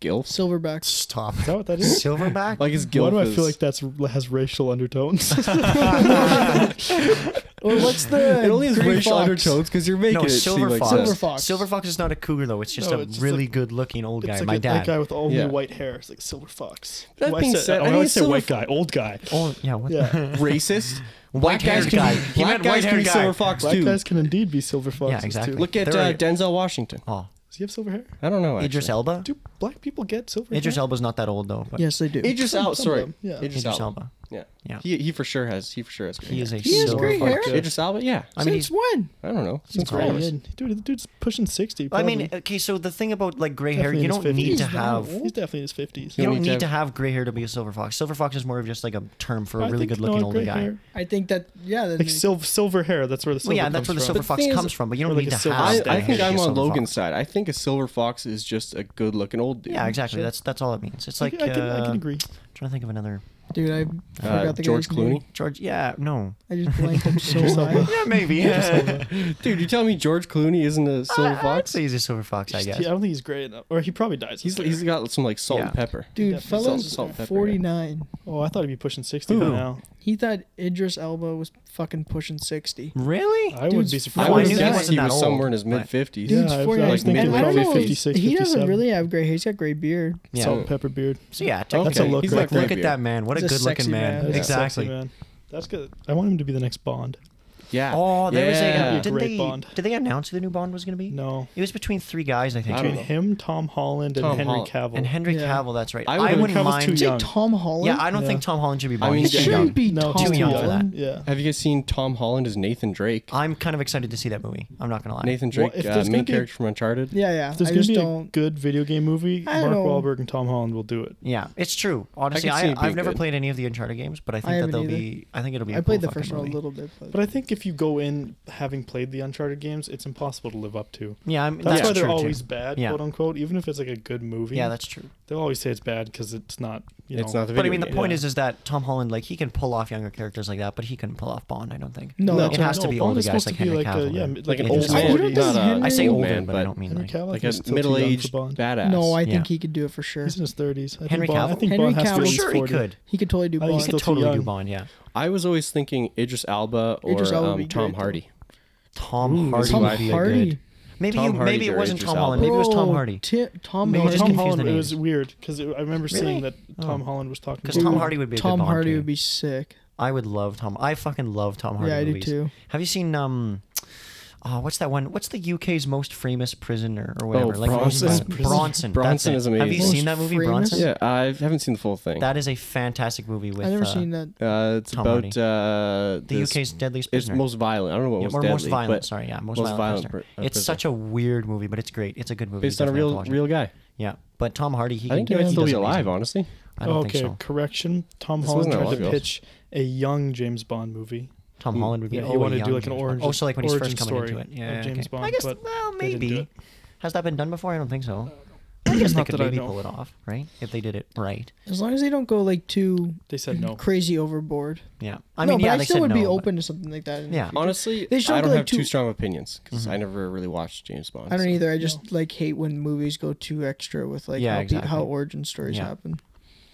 Gilf.
Silverback.
Stop.
Is that what that is?
Silverback?
Like his
Why
gilf
do I
is-
feel like that's has racial undertones?
Or what's the?
it only has
gray
racial
fox?
undertones because you're making
no,
it
silver
seem like
fox.
that.
Silver fox.
Silver fox is not a cougar though. It's just
No,
a
it's just
really good-looking old guy.
It's like
my
a,
dad.
That guy with only
Yeah.
white hair. It's like silver fox.
That
Why
being
say-
said, I
I
think
always
it's
say
silver
white
fo-
guy, old guy.
Oh yeah. What?
Yeah.
Racist.
Black
guys
haired
can
guy.
be-
He
black
meant
guys
white-haired
can be
guy.
silver fox
Black
too.
guys can indeed be silver foxes
exactly.
too.
Look at
There
uh,
you go.
Denzel Washington.
Oh,
Does he have silver hair?
I don't know. Actually.
Idris Elba.
Do black people get silver
Idris
hair?
Elba's not that old though. But
Yes, they do.
Idris
Some-
Elba.
some
Sorry.
of them, yeah.
Idris,
Idris
Elba.
Elba.
Yeah.
Yeah.
He he for sure has he for sure has.
He is a
He has
silver
gray
fox.
hair.
Yeah.
Idris Elba. Yeah.
I mean,
Since
he's,
when?
I don't know.
Since
Since
Elba.
Yeah,
Elvis.
yeah.
Elvis.
Dude, the dude's pushing sixty.
I
Probably.
mean, okay. So the thing about like gray hair,
Definitely
you
in his
don't need
50s.
to
He's not
have.
uh,
old.
he's definitely in his fifties.
You
You
don't
need to
need to have gray hair to be a silver fox. Silver fox is more of just like a term for a really good-looking older guy.
I think that yeah. That
Like silver, silver hair. That's where the silver
Well, yeah, that's where
comes
the
from.
silver
But
fox
thing is-
comes from, but you don't
Or like
need
a
to
silver
have.
I,
fox.
gray
I
hair
think
to be a
I'm on
silver
Logan's
fox.
side. I think a silver fox is just a good-looking old dude.
Yeah, exactly. That's that's all it means. It's like
I, can, I
uh,
can agree.
trying to think of another
dude, I
Uh,
forgot the
George
guy's
Clooney.
Name.
George. Yeah, no.
I just blanked him so hard.
yeah, maybe. Yeah.
Dude, you tell me George Clooney isn't a silver
I'd
fox?
say he's a silver fox. I
Just-
guess.
yeah, I don't think he's gray enough, or he probably dies.
He's
this year.
he's got some like salt
Yeah.
and pepper.
Dude,
Salt-
fellas,
salt and pepper,
forty nine.
oh, I thought he'd be pushing sixty by
Who?
now.
He thought Idris Elba was fucking pushing sixty.
Really?
I
Dude's
wouldn't be
I
surprised.
I
knew
would
he
guess
wasn't
he
that
was
old,
somewhere in his
but-
mid fifties.
Yeah,
Dude's
I was- I was
49.
thinking
And I
probably
don't know,
56,
He doesn't
57.
really have gray. He's got gray beard.
Yeah.
Salt and pepper beard.
So yeah, check
That's
that
a
out.
look
He's
right
like,
there.
look at that man. What a
He's a
good looking
sexy
man.
man.
That's
Yeah.
Exactly.
sexy, man. That's good. I want him to be the next Bond.
Yeah.
Oh, there
That'd
yeah.
was a.
be a
Did
great
they
Bond.
did they announce who the new Bond was going to be?
No,
It was between three guys, I think.
I don't
between
know.
him, Tom Holland, and
Tom
Henry
Holland.
Cavill.
And Henry
Yeah.
Cavill. That's right.
I
I,
would've-
wouldn't
Cavill's too
mind.
Is
young.
it Tom Holland?
Yeah, I don't
Yeah.
think Tom Holland should be Bond.
mean,
It
He's
yeah.
too young.
shouldn't be
no,
Tom
too young for
Holland.
that. Yeah.
Have you guys seen Tom Holland as Nathan Drake?
I'm kind of excited to see that movie. I'm not gonna lie.
Nathan
Well,
Drake,
if
uh,
there's gonna
main
be a-
character from Uncharted.
Yeah, yeah.
If
I
there's gonna
just
be a
don't.
good video game movie,
I
Mark
don't-
Wahlberg and Tom Holland will do it.
Yeah, it's true. Honestly,
can
I,
see it
I,
being
have never
good.
played any of the Uncharted games, but I think that
haven't
they'll
either.
be. I think it'll be.
I
a
played
cool
the first
fucking
one a
movie.
little bit, but,
But I think if you go in having played the Uncharted games, it's impossible to live up to.
Yeah, I'm,
That's, why
true
they're
too.
always bad,
Yeah.
quote unquote. Even if it's like a good movie,
Yeah, that's true.
they'll always say it's bad because it's not. You
It's
know,
not the video
But I mean, the
game.
point
Yeah.
is, is that Tom Holland, like, he can pull off younger characters like that, but he couldn't pull off Bond. I don't think.
No,
it
that's
has
right.
to be
Bond
older
is
guys
supposed
like
to be
Henry
like
Cavill.
a, yeah,
right?
like, an
Idris
old
Elba.
man.
I don't think
not a-
Henry-
I say
old
older,
man,
but I
but
don't mean
Henry
like.
Cavill, I
like
think, is
a
still too young for
middle-aged
Bond.
badass.
no, I
Yeah.
think he could do it for sure.
He's in his thirties. I
Henry
think Bond, I
Cavill?
think
Henry
Bond has to
Cavill.
be at least
Sure, he
40.
could.
He could totally do
I think
Bond.
He
he's
could
still too
totally do
young.
Bond. Yeah.
I was always thinking Idris Elba or
Idris Elba would be
um, Tom
great,
Hardy.
Tom Hardy.
Tom
would be a
Hardy.
good- Maybe
Tom
you,
Hardy
maybe it
or
wasn't
Idris
Tom
Elba.
Holland. Maybe it was Tom
Bro,
Hardy.
Ti- Tom
Maybe
Tom
just
Hardy.
confuse the
Holland. It
names.
was weird because I remember
Really?
seeing that Tom
Oh.
Holland was talking.
Because
to
Tom
him.
Hardy would be a good
Tom
Bond,
Hardy
too.
would be sick.
I would love Tom. I fucking love Tom Hardy
yeah, I do
movies.
too.
Have you seen um? Oh, what's that one? What's the UK's most famous prisoner or whatever?
Oh,
like most-
Bronson.
Bronson. Bronson.
Bronson
that's
is
it. Have you
amazing.
seen that
Most
movie, Bronson?
famous?
Yeah, I haven't seen the full thing.
That is a fantastic movie with.
I never
uh,
seen that.
uh, it's
Tom
about
Hardy. the
uh, this-
UK's deadliest
It's
prisoner.
most violent. I don't know what
Yeah,
was
or
deadly,
most violent.
but
Sorry, yeah, most,
most
violent.
violent
prisoner.
pri- uh,
it's such a weird movie, but it's great. It's a good movie.
based
You
on a
definitely
real
have to watch it.
real guy.
Yeah, but Tom Hardy, he
I think he
can,
might
he
still
does
be
amazing.
alive, honestly.
I don't
okay,
think so.
correction. Tom
This
Holland
wasn't that
tried
long
to
ago.
pitch a young James Bond movie,
Tom
Hmm.
Holland would be.
Yeah,
oh,
you want
a
to
young
do like an
James Bond.
orange.
Oh, so like when he's
origin
first coming
story
into it. Yeah,
of
yeah,
James
okay.
Bond.
I guess.
but
Well,
they didn't do
maybe.
it.
Has that been done before? I don't think so. I guess they
Not
could
that I
maybe
know.
pull it off, right? If they did it right.
As long as they don't go like too
They said no.
crazy overboard.
Yeah. I
no,
mean,
but
yeah,
I
they
still
said
would be
no, but-
open to something like that. in the
Yeah.
future.
Honestly,
They
I
showed,
don't
like,
have
two-
too strong opinions because I never really watched James Bond.
I don't
so-
either. I just like hate when movies go too extra with like
Yeah,
how, pe-
exactly.
how origin stories
Yeah.
happen.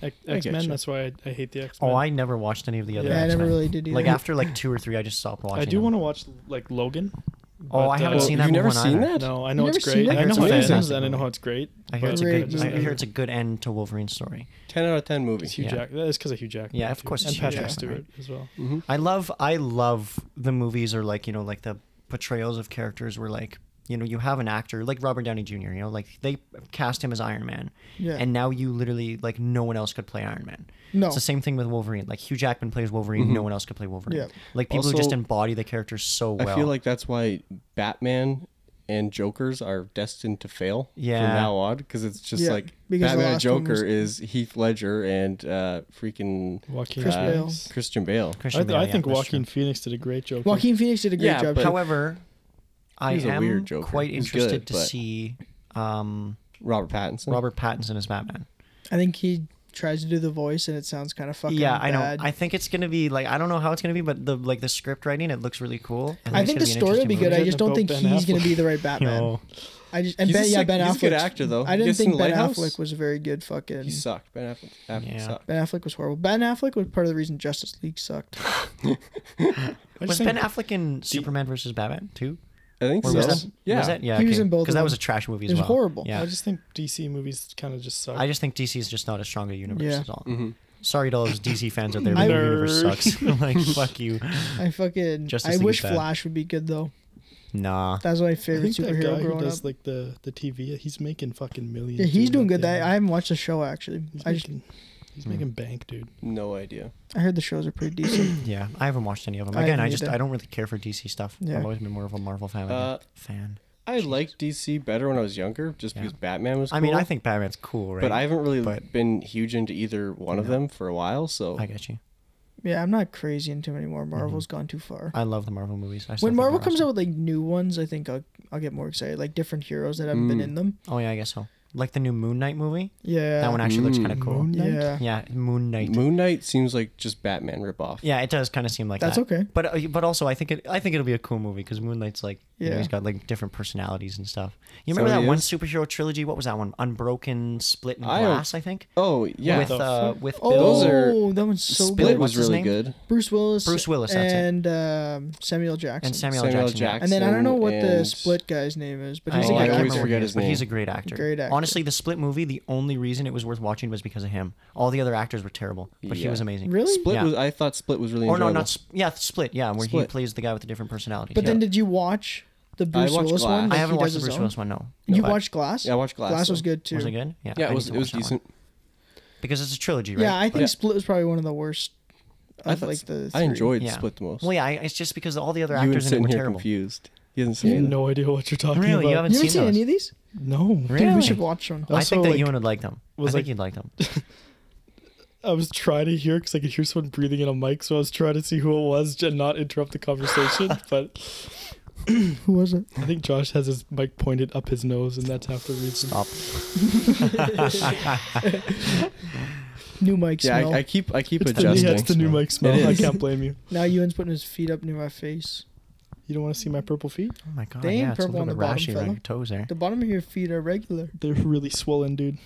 I
X Men.
getcha.
That's why I, I hate the X Men.
Oh, I never watched any of the other.
Yeah, I
never
X-Men.
really did
Like
either.
after like two or three, I just stopped watching.
I do
want
want to watch like Logan. uh,
Oh, I haven't
Oh,
seen
you've
that
never
one
seen
either.
that?
No, I
I've
know it's
never seen
great. and
that.
I know
It's
how it
amazing.
ends, and I know how it's great.
I hear
but-
it's a
Great
good. I
movie.
hear it's a good end to Wolverine's story.
Ten out of ten
It's
movie.
Hugh
Yeah.
Jack. That is because of Hugh Jackman.
Yeah, of
too.
course
And
it's Hugh
Patrick
Jackman,
Stewart
right?
as well.
Mhm.
I love I love the movies or like you know like the portrayals of characters where like you know you have an actor like Robert Downey Jr. You know like they cast him as Iron Man,
Yeah.
and now you literally like no one else could play Iron Man.
No.
it's the same thing with Wolverine. Like Hugh Jackman plays Wolverine, no one else could play Wolverine.
Yeah.
like people who just
Mm-hmm. Also,
embody the character so well.
I feel like that's why Batman and Jokers are destined to fail
Yeah.
from now on because it's just
Yeah,
like
because the
Batman and
last one
Joker
was-
is Heath Ledger and uh, freaking uh,
Joaquin
Chris
Phoenix.
Bale.
Christian Bale.
I,
Christian
th- I
Bale, yeah,
think
that's
Joaquin
true.
Phoenix did a great Joker.
Joaquin Phoenix did a great
Yeah,
job.
but-
too.
However, I
He's a
am
weird Joker.
quite
He's
interested
good,
to
but-
see um,
Robert Pattinson.
Robert Pattinson as Batman.
I think he tries to do the voice and it sounds kind of fucking.
yeah, I know.
bad.
I think it's gonna be like I don't know how it's gonna be, but the like the script writing, it looks really cool.
I think the
it's
story
gonna
will be
an
good.
interesting
I just don't
About
think
Ben
he's going
Affleck.
to be the right Batman.
No.
I just and
He's a
Ben, yeah,
sick-
Ben
he's a
Affleck.
good actor, though.
I
You
didn't
guys seen
think Ben
Lighthouse?
Afflick was a very good fucking.
he sucked. Ben Affleck, Affleck
Yeah.
sucked.
Ben Affleck was horrible. Ben Affleck was part of the reason Justice League sucked.
I just
Was
think-
Ben Affleck in Superman versus Batman too?
I think
Or
so.
was that?
yeah.
was that? yeah.
He was in both
because
of
that
them.
was a trash movie as
It was
well.
horrible.
Yeah,
I just think DC movies kind of just suck.
I just think DC is just not as strong a universe
Yeah. Mm-hmm.
at all.
Mm-hmm.
Sorry to all those DC fans out there. but
I-
The universe
Nerd.
sucks. like fuck you.
I fucking.
Justice
I
League
wish
is bad.
Flash would be good though.
Nah.
That's my
I
favorite
think that
superhero
guy who
growing
does
up.
like the the TV, he's making fucking millions.
yeah, he's
dude,
doing
out
good.
there.
I, I haven't watched the show actually.
he's
I just
making, he's
Hmm.
making bank, dude.
No idea.
I heard the shows are pretty decent.
Yeah, I haven't watched any of them.
I
Again, I,
haven't
just
either.
I don't really care for DC stuff.
Yeah.
I've always been more of a Marvel fan.
Uh,
fan.
I liked DC better when I was younger, just because Batman was. Cool,
I mean, I think Batman's cool, right?
but I haven't really
but-
been huge into either one of them for a while. So
I get you.
yeah, I'm not crazy into anymore.
Mm-hmm.
Marvel's gone too far.
I love the Marvel movies. I still
when
think
Marvel
they're
comes
awesome.
out with like new ones, I think I'll I'll get more excited. Like different heroes that haven't been in them.
Oh yeah, I guess so. Like the new Moon Knight movie.
Yeah.
That one actually looks kind of cool.
Moon Knight?
Yeah.
Yeah, Moon Knight.
Moon Knight seems like just Batman ripoff.
Yeah, it does kind of seem like
That's
that.
okay.
But uh, but also I think it I think it'll be a cool movie because Moon Knight's like you know,
Yeah.
he's got like different personalities and stuff. You
Is
remember
that
that
what
one
he
superhero trilogy? What was that one? Unbroken, Split, and
I don't-
Glass. I think.
Oh yeah,
With
The
uh,
fuck?
with
Oh,
Bill.
Those are-
that one's so
Bill-
Split
good.
what's
was
his
really
name?
good.
Bruce Willis.
Bruce Willis, that's it.
and um, Samuel Jackson.
and Samuel,
Samuel
Jackson. yeah.
Jackson.
And then I don't know what the
and-
Split guy's name is, but
I-
he's
Oh,
a
I
good
can't
always
actor.
remember what he
forget his
is, but He's a
name.
great actor.
Great actor.
Honestly, the Split movie, the only reason it was worth watching was because of him. All the other actors were terrible, but he
Yeah.
was amazing.
Really?
Split
Yeah.
was. I thought Split was really.
Or no,
enjoyable.
not Sp- yeah, Split. Yeah, where he
Split.
plays the guy with the different personalities.
But then
yeah.
did you watch the Bruce
watched
Willis
Glass.
one?
I
I
that
haven't
he
watched
does
the
his
Bruce
own?
Willis one. No.
You
But-
watched Glass?
Yeah, I watched Glass,
Glass was
though.
good too.
Was it good? Yeah.
Yeah,
I
it
need
was.
to
It was
watch that one.
decent.
because it's a trilogy, right?
Yeah, I think
Yeah.
Split was probably one of the worst.
I
Of,
thought
like the
I
three.
enjoyed
Yeah.
Split the most.
Well, yeah, I, it's just because all the other
you were
actors in it
sitting
were
here
terrible.
confused. You didn't
I
see
have
it.
no idea what you're talking
Really? You
about.
haven't
You
seen
haven't seen
those?
any of these?
no,
Really?
Dude, we should watch them.
I
Also,
think that
like,
Ewan would like them. I
was
think
like-
you'd like them.
I was trying to hear because I could hear someone breathing in a mic, so I was trying to see who it was and not interrupt the conversation. but
Who was it?
I think Josh has his mic pointed up his nose, and that's half the reason.
Stop. Oh
New Mike
Yeah,
smell.
I, I keep. I keep
It's the,
adjusting.
yeah, it's the new mic smell.
It
I
is.
can't blame you.
now Ewan's putting his feet up near my face.
You don't want to see my purple feet?
Oh my god.
They ain't
yeah, it's a
purple
little
on
bit
the bottom,
rashy around
fella.
your toes there.
The bottom of your feet are regular.
They're really swollen, dude.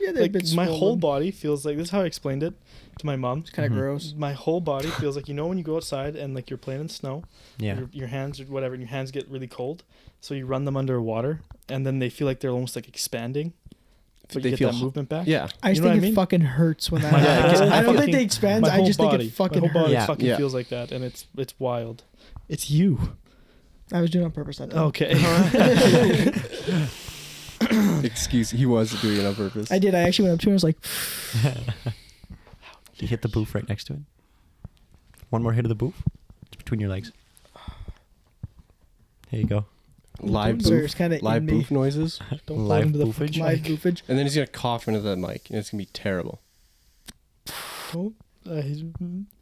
Yeah, they've
Like
been
my
swollen.
whole body feels like this is how I explained it to my mom.
It's kind of
Mhm.
gross.
My whole body feels like you know when you go outside and like you're playing in snow,
Yeah.
your, your hands or whatever, and your hands get really cold, so you run them under water, and then they feel like they're almost like expanding, so
They
you get
feel
that
h-
movement back.
Yeah.
I just
You know what
think
I mean?
it fucking hurts when that
My
happens.
whole-
I don't
my
think they
fucking-
expand.
My
I
whole
just
body,
think it fucking
my whole body
hurts.
Yeah.
fucking
Yeah.
feels like that, and it's it's wild. It's you.
I was doing it on purpose that time.
Okay.
Excuse. He was doing it on purpose.
I did. I actually went up to him and was like,
You hit the boof right next to it. One more hit of the boof. It's between your legs. There you go.
Live
Sorry,
boof.
it's kinda
Live
in me.
boof noises.
Don't fall
Live
into the
boofage?
fucking
live
mic.
goofage.
And then he's gonna cough into the mic, and it's gonna be terrible.
Don't- uh, he's-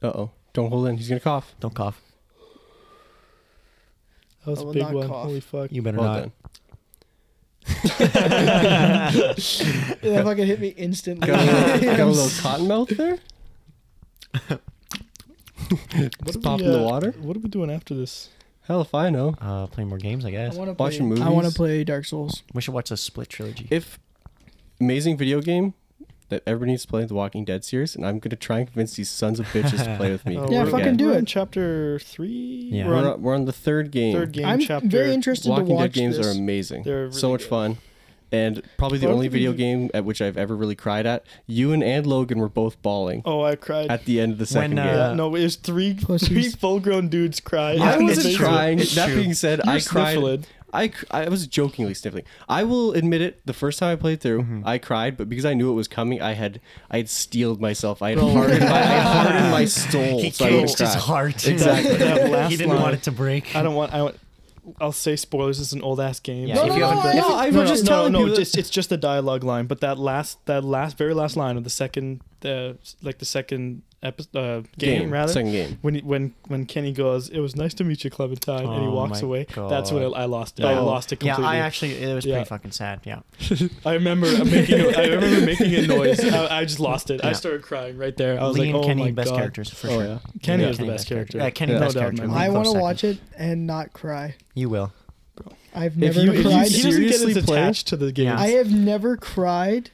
Uh oh. Don't hold in. He's gonna cough.
Don't cough.
That was
I
a
will
big
not
one.
cough.
Holy fuck.
You better
Well
not.
done.
that fucking hit me instantly.
Got a, little, got a
I'm
little cotton mouth there.
What
Just
are we,
popping the
uh,
water.
What are we doing after this?
Hell if I know.
Uh, play more games, I guess.
I want to play.
Watching
I want to
movies.
play Dark Souls.
We should watch the Split trilogy.
If amazing video game that everybody needs to play the Walking Dead series, and I'm gonna try and convince these sons of bitches to play with me.
Oh,
Yeah,
we're-
fucking
again.
do
we're
it.
on chapter three.
Yeah.
We're
We're
on
on, we're on the third game.
third game
I'm
chapter.
very interested
Walking
to watch
Dead games
this.
are amazing.
They're really
so much
good.
fun. And probably the
Why
only
would we
video
do-
game at which I've ever really cried at. Ewan and Logan were both bawling
Oh, I cried.
at the end of the second
uh,
game.
yeah, no, there's three
Pussies.
three full grown dudes cried.
I wasn't
Amazing.
trying.
It's
That
true.
being said,
You're
I cried.
sniffling.
I, cr- I was jokingly sniffling. I will admit it. The first time I played through, I cried, but because I knew it was coming, I had I had steeled myself. I had hardened my, I had hardened my soul.
he
so I wouldn't
caged his
cry.
heart.
Exactly.
That last
he didn't
line.
want it to break.
I don't want. I want. I'll say spoilers. It's an old ass game.
Yeah, No, if no, you haven't no,
played- no, I was just
no,
telling
no,
people that-
just- it's just a dialogue line. But that last, that last, very last line of the second, uh, like the second epi- uh, game, rather.
Second game.
when he, when when Kenny goes, it was nice to meet you, Clementine, and he
Oh
walks
my
away. That's when I, I lost. it. I
Oh.
lost it
Yeah,
completely.
I actually it was
Yeah.
pretty fucking sad. Yeah.
I remember making. A, I remember making a noise. I, I just lost it. I
Yeah.
started crying right there. I was
Lee
like,
and
"Oh
Kenny
my
best
god!"
characters for
Oh
sure.
yeah.
Kenny
Yeah,
is the
Kenny
best
best character.
character.
Yeah, Kenny
No
best
doubt in
character.
my mind.
I
Close
want to
second.
watch it and not cry.
You will.
I've
If
never
you- if you
cried.
he doesn't get
seriously
as
play-
attached to the game.
Yeah.
I have never cried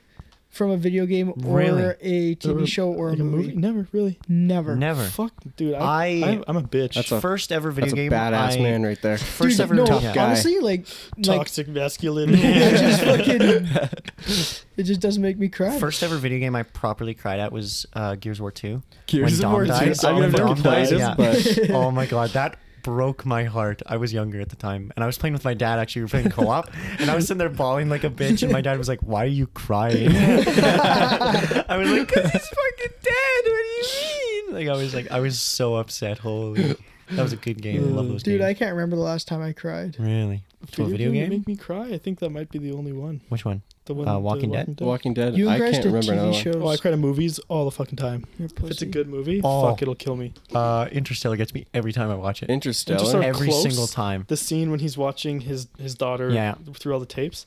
from a video game or
Really?
a TV
Or-
show or a
Like
movie.
Never really.
Never.
Never.
Fuck, dude. I,
I-
I, am a bitch.
That's a-
first ever video
That's a
game. I,
badass man right there.
First
Dude,
ever
no,
yeah.
guy.
honestly, like, like
toxic masculinity.
it just fucking, it just doesn't make me cry.
First ever video game I properly cried at was uh, Gears of War Two.
Gears
when
of
Dom
War 2.
died.
I mean,
When
I've never
Dom
played
died,
this,
yeah.
but-
oh my god, that broke my heart. I was younger at the time, and I was playing with my dad. Actually, we were playing co-op, and I was sitting there bawling like a bitch. And my dad was like, "Why are you crying?" I was like, "Cause he's fucking dead. What do you mean?" Like I was like, I was so upset. Holy, that was a good game. I love those
Dude, I
games.
can't remember the last time I cried.
really to a video
that
game.
Make me cry. I think that might be the only one.
Which one?
The one.
Uh,
the
Walking Dead?
The Walking Dead.
You
I
and Grace
can't
did
remember another
TV
one.
shows.
Oh, I cry to movies all the fucking time.
You're a
If it's a
pussy.
good movie,
Oh.
fuck, it'll kill me.
Uh, Interstellar gets me every time I watch it.
Interstellar.
Interstellar.
Every
Close.
single time.
The scene when he's watching his his daughter
Yeah.
through all the tapes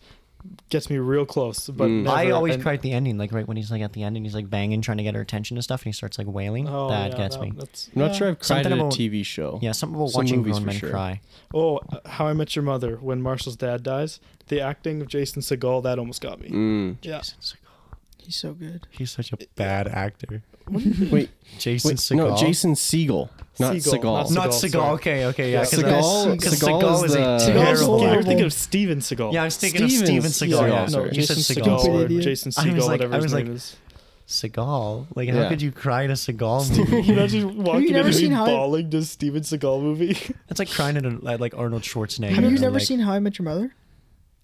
gets me real close. But
Mm.
never-
I always
and-
cry at the ending, like right when he's like at the end and he's like banging, trying to get her attention and stuff, and he starts like wailing.
Oh,
that
yeah,
gets
that-
me.
That's,
I'm not sure I've cried
Something
at a
about-
TV show.
Yeah, some people
Some
watching
movies
grown
for
men
sure.
cry.
Oh, uh, How I Met Your Mother. When Marshall's dad dies, the acting of Jason Segal that almost got me.
Mm.
Yeah.
Jason Segel.
He's so good.
He's such a bad actor.
Wait,
Jason
wait,
Segel.
no, Jason Siegel, not
Segel,
Seagal.
Segel,
Not Segel.
sorry.
Okay, okay, yeah.
Yeah,
'cause I-
Segel-
'cause
Segel
Segel
is
is a
the-
Segel's
terrible.
You're
horrible.
thinking of Steven Seagal.
Yeah, I was thinking
Steven
of Steven
Segel,
Seagal. Yeah,
no,
sorry. You said
Jason
Segel.
Segal or
Stupid idiot.
Jason
I was
Segal,
like-
whatever
I
his
was
name
like-
is.
Seagal. Like,
Yeah.
how could you cry to Seagal movie?
you know, just walking in
never
and
seen
being
How I-
bawling to Steven Seagal movie.
It's like crying at, a, at like Arnold Schwarzenegger.
Have you
or,
never
like-
seen How I Met Your Mother?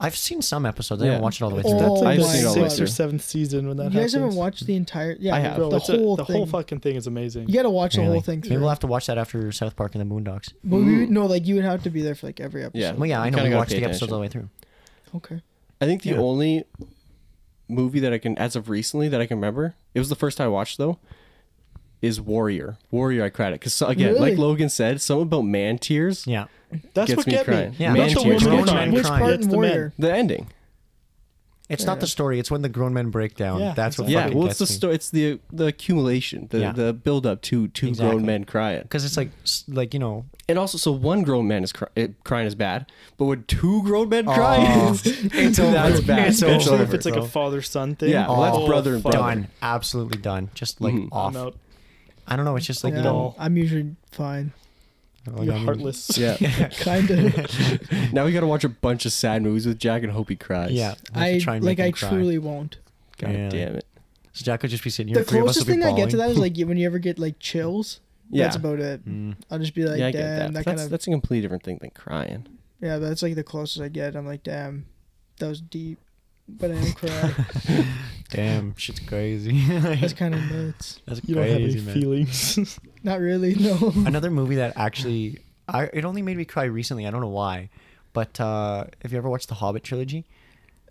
I've seen some episodes. I
Yeah.
didn't watch it all the way
Oh,
through.
That's like
I've
the
seen it all the way
sixth or
through.
seventh season when that
you
happens.
guys haven't watched the entire. Yeah,
I have.
Bro,
the
it's a-
whole
the
thing.
whole fucking thing is amazing.
You gotta watch the
Really?
whole thing
Maybe
through.
we'll have to watch that after South Park and the Boondocks.
but we, no, like you would have to be there for like every episode.
Yeah.
Well, yeah, I
You
know we
kinda gotta
watched
pay
the episode
attention.
all the way through.
Okay.
I think the
Yeah.
only movie that I can, as of recently, that I can remember, it was the first I watched though, is Warrior. Warrior, I cried it because again,
Really?
like Logan said, something about man tears.
Yeah.
That's
Gets
what
me
get
crying.
me.
Yeah.
That's
Man
what
tears.
women
Grown
get
men
me.
Which
crying.
part
It's
in
the men.
Warrior?
The ending.
It's
Fair
not the story. It's when the grown men break down.
Yeah,
That's what
exactly.
yeah.
fucking
Well, it's the
gets
story. It's the the accumulation, the
Yeah.
the build up to two
Exactly.
grown men crying,
Because it's like, s- like you know,
and also so one grown man is cry- eh, crying is bad, but when two grown men crying,
Oh, it's over.
that's bad.
It's
Especially
over,
if it's like
bro.
a father son thing.
Yeah, well, that's brother and
fuck.
brother.
done, absolutely done, just like
I'm
off.
out.
I don't know. It's just like
Yeah,
you know,
I'm usually fine.
like,
You're
I mean,
heartless.
yeah.
Kinda.
Now we got to watch a bunch of sad movies with Jack and hope he cries.
Yeah, we should
I
try and
like.
make
I
him cry.
truly won't.
God
Yeah.
damn it.
So Jack would just be sitting here.
the
three
closest
of us would
thing
be
I get to
bawling.
that is like you- when you ever get like chills.
Yeah.
That's about it.
Mm.
I'll just be like,
yeah, I get
damn,
that.
that,
That's,
kind of.
that's a completely different thing than crying.
Yeah, that's like the closest I get. I'm like, damn, that was deep, but I didn't cry.
Damn, shit's crazy.
that's
that's
kind of nuts.
You don't have
crazy,
any
man.
feelings.
Not really. No.
Another movie that actually, I it only made me cry recently. I don't know why, but uh, have you ever watched the Hobbit trilogy?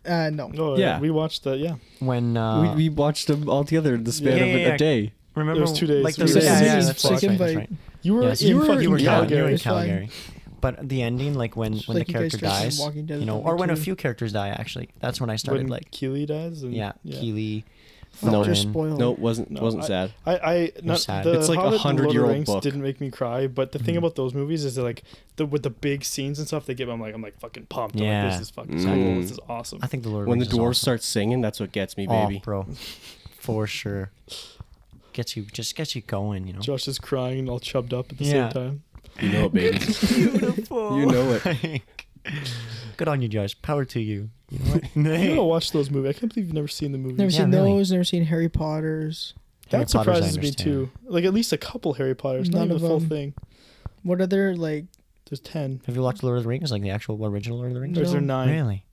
Uh, no.
Oh, yeah.
Yeah.
We watched that. Yeah.
When uh,
we, we watched them all together in the span
Yeah,
of
yeah,
a-
yeah.
a day.
remember
It was two days.
Like
It was
yeah,
two
yeah,
days.
that's
Sick
right, that's
invite.
right.
You were
Yes,
in
you were
fucking
you were
yeah,
Calgary.
Calgary.
You were in
it's fine.
Calgary. But the ending, like when
Just
when
like
the
you guys
character
started in
dies,
Walking Dead
you know,
with the
or when a
two-
few characters die, actually, that's when I started
when
like,
Keely dies, and
yeah, Keely,
No,
Thorn.
just spoiled.
No, it wasn't
No,
wasn't
I-
sad.
I, I not,
sad.
the
It's like a
Hobbit and
100-year-old
Lord of the Rings
book.
Didn't make me cry, but the thing
Mhm.
about those movies is that like the with the big scenes and stuff they give, I'm like I'm like fucking pumped. I'm like,
Yeah.
this is fucking
Mm.
cool. This is awesome.
I think the Lord. of
When the
Rings is
dwarves
awesome.
start singing, that's what gets me,
Oh,
baby.
bro, for sure. Gets you, just gets you going, you know.
Josh is crying and all chubbed up at the
Yeah.
same time.
you know it, baby.
Beautiful.
You know it.
Good on you, Josh. Power to you. You
You gotta
know what?
watch those movies. I can't believe you've never seen the movies.
Never
Yeah,
seen
really.
those. Never seen Harry Potter's.
Harry
that
Potter's, I
surprises me too. Like at least a couple Harry Potters, not
None
even
of
the full
them.
thing.
What other like?
There's ten.
Have you watched Lord of the Rings, like the actual original Lord of the Rings?
Or is there
No.
nine?
Really?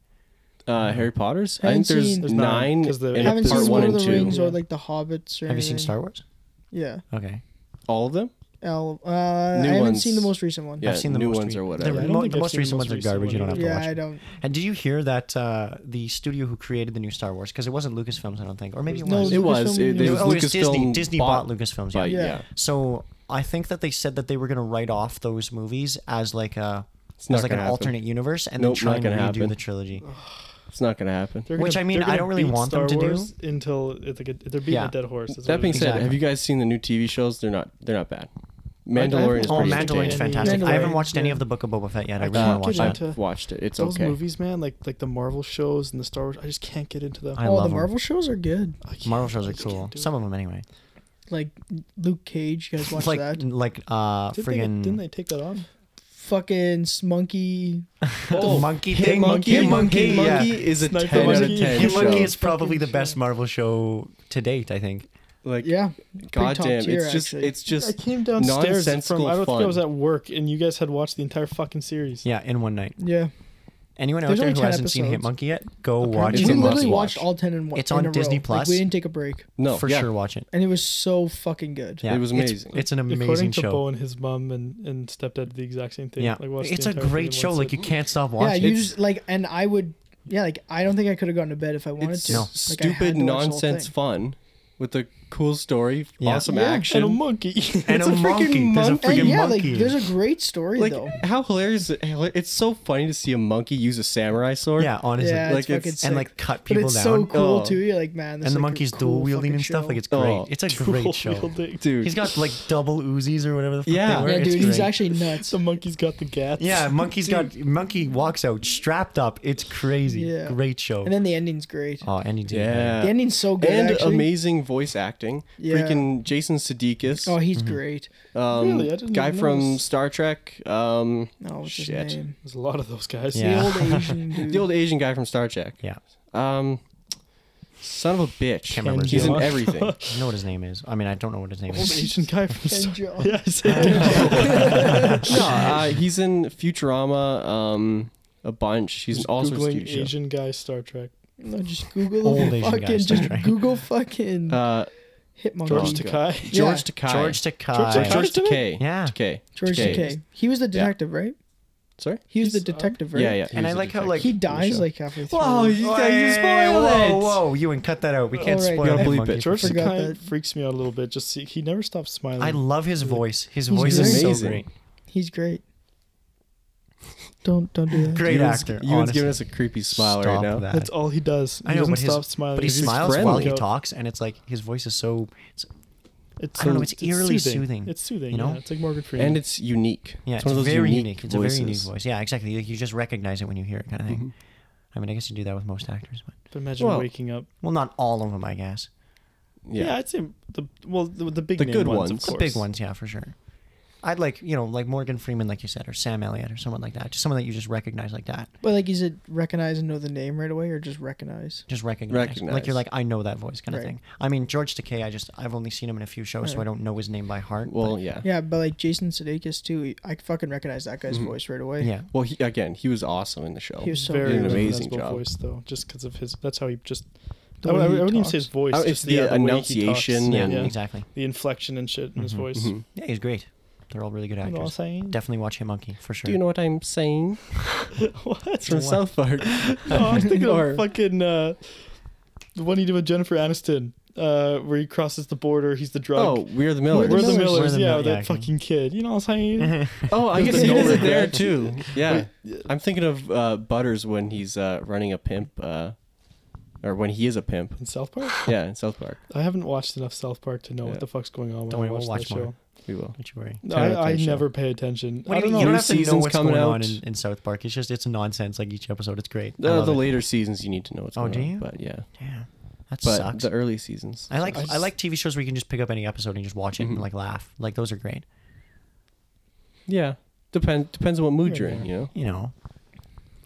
Uh, Harry Potter's. I
Haven't
think there's
seen-
There's nine,
nine
'cause the-
in
Yeah,
haven't
part
seen
one
Lord of
and
the
two.
Rings
Yeah.
or like the Hobbits or
Have you seen
anything.
Star Wars?
Yeah.
Okay.
All of them.
L. Uh, I haven't
ones.
seen the most recent one.
Yeah,
I've seen the
new
most
ones
re-
or
the
whatever.
Yeah, I
re-
don't
mo-
think
the
I've
most
seen the
recent
most
ones are
recent
garbage.
one
You don't have
either.
to
Yeah,
watch.
I
them.
don't.
And did you hear that uh, the studio who created the new Star Wars? Because it wasn't Lucasfilms, I don't think, or maybe it
No,
was.
It was.
Lucasfilm-
It, it
No,
was
oh,
Lucasfilm.
it was Disney. Disney bought, Lucasfilms. Yeah.
by-
Yeah.
yeah.
So I think that they said that they were going to write off those movies as like a
It's not
as like an
gonna happen.
alternate universe, and
Nope,
then try
not
and
gonna
redo
happen.
the trilogy.
It's not gonna happen.
They're
Which,
gonna-
I mean,
they're
I
gonna
don't really
beat
want them
Star
to do.
Wars until it's like a, they're beating
Yeah.
a dead horse. is what
That
it
being
is.
said,
Exactly.
have you guys seen the new TV shows? They're not. They're not bad. Mandalorian is
Oh,
Oh,
pretty
Mandalorian's
Mandalorian's
entertaining.
fantastic. I haven't
Mandalorian,
watched any
yeah.
of the Book of Boba Fett yet. I
I
really want
can't
to watch
get
that.
into-
I've watched it. It's
those
okay.
movies, man, like like the Marvel shows and the Star Wars, I just can't get into them.
I
Oh,
love
the
'em.
Marvel shows are good.
I can't-
Marvel shows
I
are
just can't
cool.
do it.
Some of them, anyway.
Like Luke Cage. You guys watch
like
that?
like uh,
Did they, didn't
friggin'
they take that on?
Fucking s- monkey.
Oh,
Oh,
the monkey
Hit
thing.
Monkey,
Hit
Hit Monkey,
monkey, yeah.
is a
Sniper
ten out of
Monkey.
ten
Hit
Hit
show.
Monkey
Show.
is probably the
Fucking
best
show.
Marvel show to date. I think.
like,
Yeah. top
goddamn,
tier,
it's just,
actually.
it's just.
I came downstairs from.
nonsensical
I don't think I
fun.
was at work, and you guys had watched the entire fucking series.
Yeah, in one night.
Yeah.
Anyone out
There's
there
only
who
10
hasn't seen Hit
episodes.
Monkey yet, go watch
It's
it.
we
a must
literally
watch.
watched all ten in one.
It's
in
on
a row.
Disney
Like,
Plus.
we didn't take a break.
No,
for
yeah.
sure, watch it.
And it was so fucking good.
Yeah,
It was
it's-
amazing.
It's, an amazing
According to
show.
Bo and his mom and and stepdad, the exact same thing.
Yeah,
like watched
it's
the
a
entire thing
great
in
show.
one
Like you
sit.
can't stop
Yeah,
watching.
you
It's-
just like, and I would, yeah, like I don't think I could have gone to bed if I wanted
it's
to. Like, I had
stupid
to watch the whole
nonsense
thing.
fun with a cool story,
Yeah.
awesome
Yeah, and a
action.
and a monkey.
and
It's
a,
a
monkey.
freaking
There's a
monkey.
freaking
And yeah,
monkey.
like there's a great story
like
though.
how hilarious! is it? It's so funny to see a monkey use a samurai sword.
yeah, honestly.
Yeah,
like,
it's
it's-
fucking sick.
and like cut
but
people
it's
down.
so cool
Oh.
too. You're like, man, this
and
is
the
like a
monkey's
cool
dual wielding
fucking
and stuff.
show.
Like it's
Oh.
great. it's a great show.
Dual-wielding.
dude.
He's got like double Uzis or whatever the fuck
Yeah.
they were.
yeah,
It's
dude, he's
great.
actually nuts.
The monkey's got the gats.
Yeah, monkey's got monkey walks out strapped up. It's crazy.
Yeah.
Great show.
And then the ending's great.
oh, and he did.
Yeah.
the ending's so good.
and
actually.
amazing voice acting.
Yeah.
Freaking Jason Sudeikis.
Oh,
Mm-hmm.
he's great.
um,
Really? I didn't
guy
even
from
notice.
Star Trek. Um,
No, Oh, what's
Shit.
his name?
there's a lot of those guys.
Yeah.
The old Asian dude.
the old Asian guy from Star Trek.
Yeah.
Um, son of a bitch.
Can't remember his
He's in
name.
everything.
I know what his name is. I mean, I don't know what his name
Old
is.
Asian guy from.
Ken
Star-
Jo-
yeah, I said-
no, uh, he's in Futurama. Um, a bunch. He's
Just
also a
googling
show.
Asian guy Star Trek.
No, just Google
Old
old
Asian guy,
fucking.
Star
just
Trek.
Google fucking
Uh,
Hitmonkey.
George
God.
Takai.
George
Yeah.
Takei.
George
George
Sorry,
Takei.
Takei.
George
Cosby?
Takei.
Yeah.
Takei.
George
Takei.
Takei. He was the detective, right?
Sorry.
He was the
He's, uh,
detective, right?
Yeah, yeah.
And I like how, like-
He dies
show.
like halfway through.
Whoa, you guys you spoiled
whoa,
it.
Whoa, you and cut that out. We can't
All right,
spoil
yeah,
Hit
bleep
Monkey.
it.
George
Forgot
Takai
that.
freaks me out a little bit. Just see, he never stops smiling.
I love his voice. His
He's
voice is so
amazing.
great.
He's great. Don't don't do that.
Great
Ewan's-
actor.
Ewan's
honestly.
giving us a creepy smile
Stop
right now.
that.
That's all he does. He
I know,
doesn't
but his-
stop smiling.
But he
He's
smiles
friendly.
while he
Out.
talks, and it's like his voice is so. It's,
It's
I don't know, it's eerily soothing,
It's soothing.
you know?
yeah, it's like Morgan Freeman.
And it's unique.
yeah, it's,
one of those
very unique.
unique.
It's a very unique
voices.
voice. Yeah, exactly. Like, you just recognize it when you hear it, kind of thing.
Mm-hmm.
I mean, I guess you do that with most actors, but
But imagine
Well,
waking up.
well, not all of them, I guess.
Yeah.
Yeah.
I'd say the well the, the big
The
name
good
ones, of
ones.
course.
The
The big ones, yeah, for sure. I'd like, you know, like Morgan Freeman, like you said, or Sam Elliott, or someone like that. Just someone that you just recognize like that.
But like, is it recognize and know the name right away, or just recognize?
Just recognize. Like
Recognize.
you're like, I know that voice kind of
Right.
thing. I mean, George Takei, I just, I've only seen him in a few shows, so
Right.
I don't know his name by heart. but-
Well, yeah.
Yeah, but like Jason Sudeikis too. I fucking recognize that guy's
Mm-hmm.
voice right away.
yeah.
Well, he, again, he was awesome in the show.
he was so
Very
Did an
good.
amazing
recognizable
job.
voice though, just because of his. That's how he just.
The
I, would-
way
I
he
wouldn't even
talks.
say his voice.
Oh,
just
it's
the,
the
uh, the way he talks
enunciation
and-
Yeah,
and-
yeah,
exactly.
the inflection and shit in his voice.
Mhm.
Yeah, he's great. They're all really good
You know what I'm
actors.
saying?
Definitely watch Him Monkey for sure.
Do you know what I'm saying?
what?
It's from
What?
South Park.
No, I was thinking
Or-
of fucking uh, the one he did with Jennifer Aniston. uh, where he crosses the border. He's the drug.
Oh, we're the Millers.
We're the
Millers.
Millers,
We're the
yeah,
Mill- yeah, I
that
can-
fucking kid. You know what I'm saying?
Oh, I
There's
guess
the
he does
Millers.
it there too. Yeah, I'm thinking of uh, Butters when he's uh, running a pimp, uh, or when he is a pimp.
In South Park?
Yeah, in South Park,
I haven't watched enough South Park to know
Yeah.
what the fuck's going on when
Don't
I
worry,
watch
we'll watch
that
more.
show.
we will.
Don't you worry.
No, I, I
Taylor Show.
never pay attention.
What
I
do you, mean?
don't know.
you don't
New
have to know
season's
what's
coming
going on
out.
in, in South Park. It's just it's nonsense. Like each episode, it's great. I
The,
love
Uh, the
it.
later seasons, you need to know what's
Oh,
going
do
on.
you?
But yeah,
Damn, that
but
sucks.
the early seasons.
I like I,
I just-
like TV shows where you can just pick up any episode and just watch it and
Mhm.
like laugh. Like those are great.
Yeah, depends depends on what mood you're in. You know.
You know,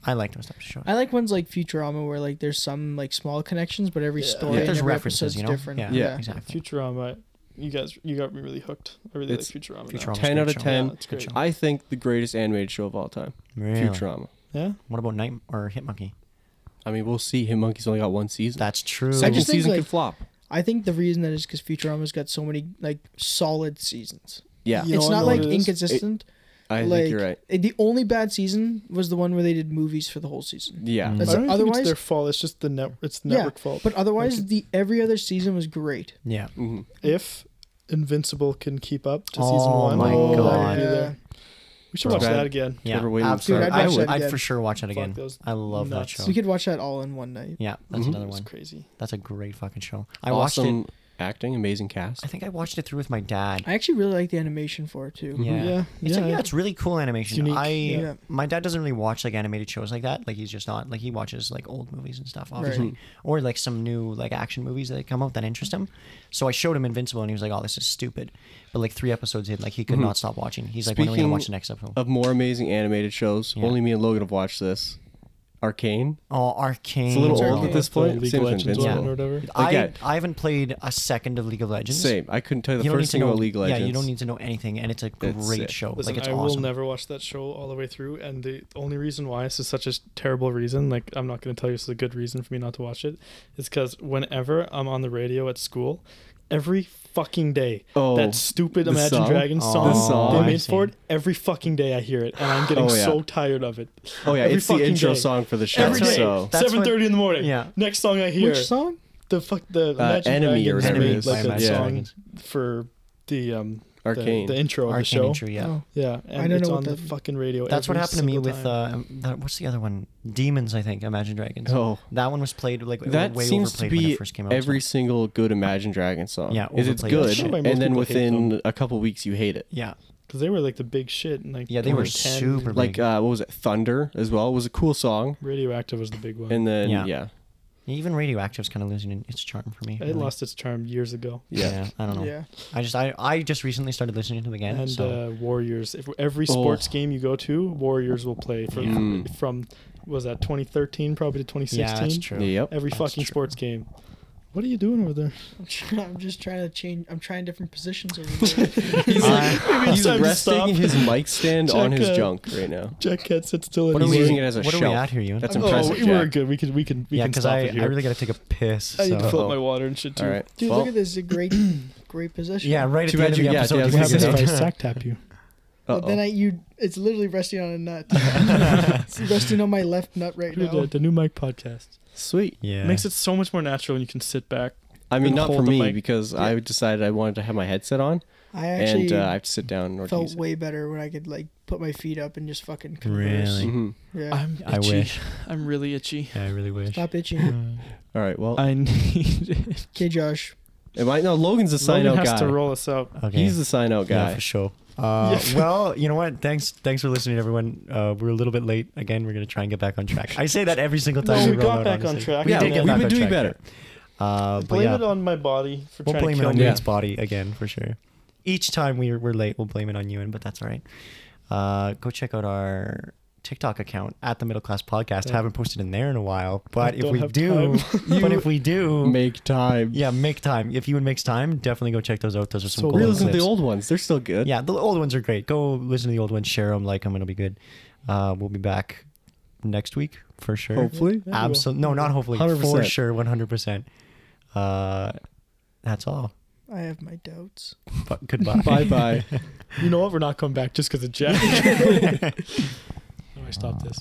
I like those types of shows.
I like ones like Futurama where like there's some like small connections, but every
Yeah.
story
Yeah,
and
there's
every
references,
episode's
you know?
different.
Yeah.
Yeah.
Exactly.
Futurama. You guys, you got me really hooked. I really
It's-
like Futurama. now.
Futurama's a
10
good
out of
show.
10.
Yeah, it's great.
Good show.
I think the greatest animated show of all time,
Really?
Futurama.
Yeah.
What about Night or Hitmonkey?
I mean, we'll see. Him Monkey's only got one season.
That's true.
I
Second
just think,
season
like-
could flop.
I think the reason that is because Futurama's got so many like solid seasons.
Yeah,
You
it's
know
not
what
like
it is?
inconsistent.
I
like
think you're right.
it- the only bad season was the one where they did movies for the whole season.
Yeah,
I
Mm-hmm.
That's-
don't otherwise, think
otherwise-
it's their fault. It's just the net. It's the
Yeah,
network fault.
But otherwise, the every other season was great.
yeah.
hmm
if Invincible can keep up to
Oh
season one,
my
oh, that would
God.
be there. we should
Bro.
watch that again.
Yeah.
Twitter waiting
Absolutely.
for- Dude, I'd
I
watch
would.
that
I'd
again.
for sure watch that
Fuck,
again.
that was
I love
nuts.
that
We
show.
could watch that all in one night.
Yeah, that's
Mhm.
another
It's
one.
crazy.
That's a great fucking show. I
awesome
watched it.
acting, amazing cast.
I think I watched it through with my dad.
I actually really like the animation for it too.
Yeah.
Yeah. Yeah.
It's like, yeah, it's really cool animation.
unique.
I
Yeah.
my dad doesn't really watch like animated shows like that. Like he's just not like he watches like old movies and stuff, obviously, or like some new like action movies that come out that interest him. So I showed him Invincible, and he was like, "Oh, this is stupid." But like three episodes in, like he could not stop watching. He's like, "When are we gonna
Mm-hmm. Speaking
watch the next episode?"
of more amazing animated shows. Only me and Logan have watched this. Arcane.
oh, Arcane.
It's a little
Arcane.
old at this point.
League
Same
of
as
Legends
Invincible.
one or whatever.
I
Like,
I haven't played a second of League of Legends.
Same. I couldn't tell you the
You don't need to
first thing
know.
about League of Legends.
Yeah, you don't need to know anything, and it's a
It's
great
sick.
show.
Listen,
like it's
I
awesome.
will never watch that show all the way through, and the only reason why this is such a terrible reason, like I'm not going to tell you this is a good reason for me not to watch it, is because whenever I'm on the radio at school, every fucking day,
Oh,
that stupid
the
Imagine
song?
Dragons
Oh,
song,
the song.
they
I
made
see.
for it, every fucking day I hear it, and I'm getting
Oh, yeah.
so tired of it.
Oh yeah,
Every
it's the
fucking
intro
day.
song for the show.
Every
That's
day,
So
right. That's what-
7:30 in the morning.
Yeah.
Next song I hear,
Which song?
the fuck, the Imagine
Uh, Enemy or
Dragons
whatever it
made
is.
like
By
a
Imagine
song
Dragons.
for the um the-
Arcane.
the, intro of
Arcane
the show.
Intro, yeah.
Oh.
Yeah, and
I don't
it's
know what
on the
that-
fucking radio.
That's what
every
happened to me
single
with
time.
uh, um, that, what's the other one? Demons, I think. Imagine Dragons.
Oh.
that one was played like
that
way
seems to
overplayed when
be
it first came out.
Oh, every single good Imagine Dragons song.
Yeah,
is it's
overplayed as
good,
shit.
Probably most
and then
people hate
within a couple weeks you hate it.
yeah,
Because they were like the big shit. In, like
yeah, they were
2010.
super
Like
big.
uh, what was it? Thunder as well was a cool song,
Radioactive was the big one.
and then
Yeah.
yeah, yeah,
Even Radioactive's kind of losing its charm for me.
it
really.
lost its charm years ago.
Yeah. I don't know.
Yeah.
I just I, I just recently started listening to them again.
And
so
uh, Warriors. If every
Oh.
sports game you go to, Warriors will play from
Mm.
from was that 2013 probably to 2016.
yeah, that's true. Uh,
Yep.
Every
That's
fucking
true.
sports game. What are you doing over there?
I'm, try- I'm just trying to change. I'm trying different positions over here.
He's
like,
like
it's
he's
time to
resting
stop.
his mic stand on
Check,
his
uh,
junk right now.
Jack Cat sits still.
What
What
are
are
He's
we
using it as a
What are we
shelf.
at here, Ewan?
That's
Oh,
impressive.
we were
Jack.
good. We can we can we
yeah,
can
because
stop
I,
it here.
I really gotta take a piss.
I need
so-
to fill up my water and shit too.
All right.
Dude,
Well,
look at this. It's a great, great position.
Yeah, right at
Too
the end
bad
of
you-
the
yeah,
episode.
yeah, I
you
was
What
gonna
happens
figured
if I
it out.
sack tap you?
But then
uh-oh.
I you. It's literally resting on a nut. it's resting on my left nut right now.
The, the new mic podcast
sweet.
Yeah.
makes it so much more natural when you can sit back.
I mean,
And
not for
hold the
me
mic.
because I decided I wanted to have my headset on,
I
and
actually
uh, I have to sit down in order to
felt
use it.
way better when I could like put my feet up and just fucking converse.
Really.
Mhm.
Yeah.
I'm itchy.
I wish.
I'm really itchy.
Yeah, I really wish.
Stop itching.
Uh,
All right. Well,
I need
Okay, Josh.
it might no. Logan's the sign
Logan
out
has
guy.
to roll us out.
okay.
He's the sign out
Yeah,
guy.
for sure. Uh, Well, you know what? Thanks, thanks for listening, everyone. Uh, we're a little bit late again. We're gonna try and get back on track. I say that every single
No,
time.
we
roll
got
out,
back on
honestly.
track.
We
Yeah,
did get
we've
back
been
on
doing
track,
better.
yeah. Uh, but
Blame
yeah,
it on my body for
we'll
trying
blame
to
it
kill
on
me.
Ewan's body again for sure. Each time we we're late, we'll blame it on Ewan, but that's all right. Uh, go check out our TikTok account at the Middle Class Podcast.
Yeah.
Haven't posted in there in a while, but if
don't
we
have
do, but
You
if we do,
Make time.
yeah, make time. If Ewan makes time, definitely go check those out. Those are some
So
golden
Real isn't the
clips.
old ones. They're still good.
Yeah, the old ones are great. Go listen to the old ones, share them, like them, it'll be good. Uh, we'll be back next week for sure.
Hopefully.
Yeah, we will.
Absolutely, no, not hopefully, for
100%.
sure, one hundred percent. Uh, That's all.
I have my doubts.
But goodbye.
Bye bye.
You know what? We're not coming back just because of Jack. How do I stop this?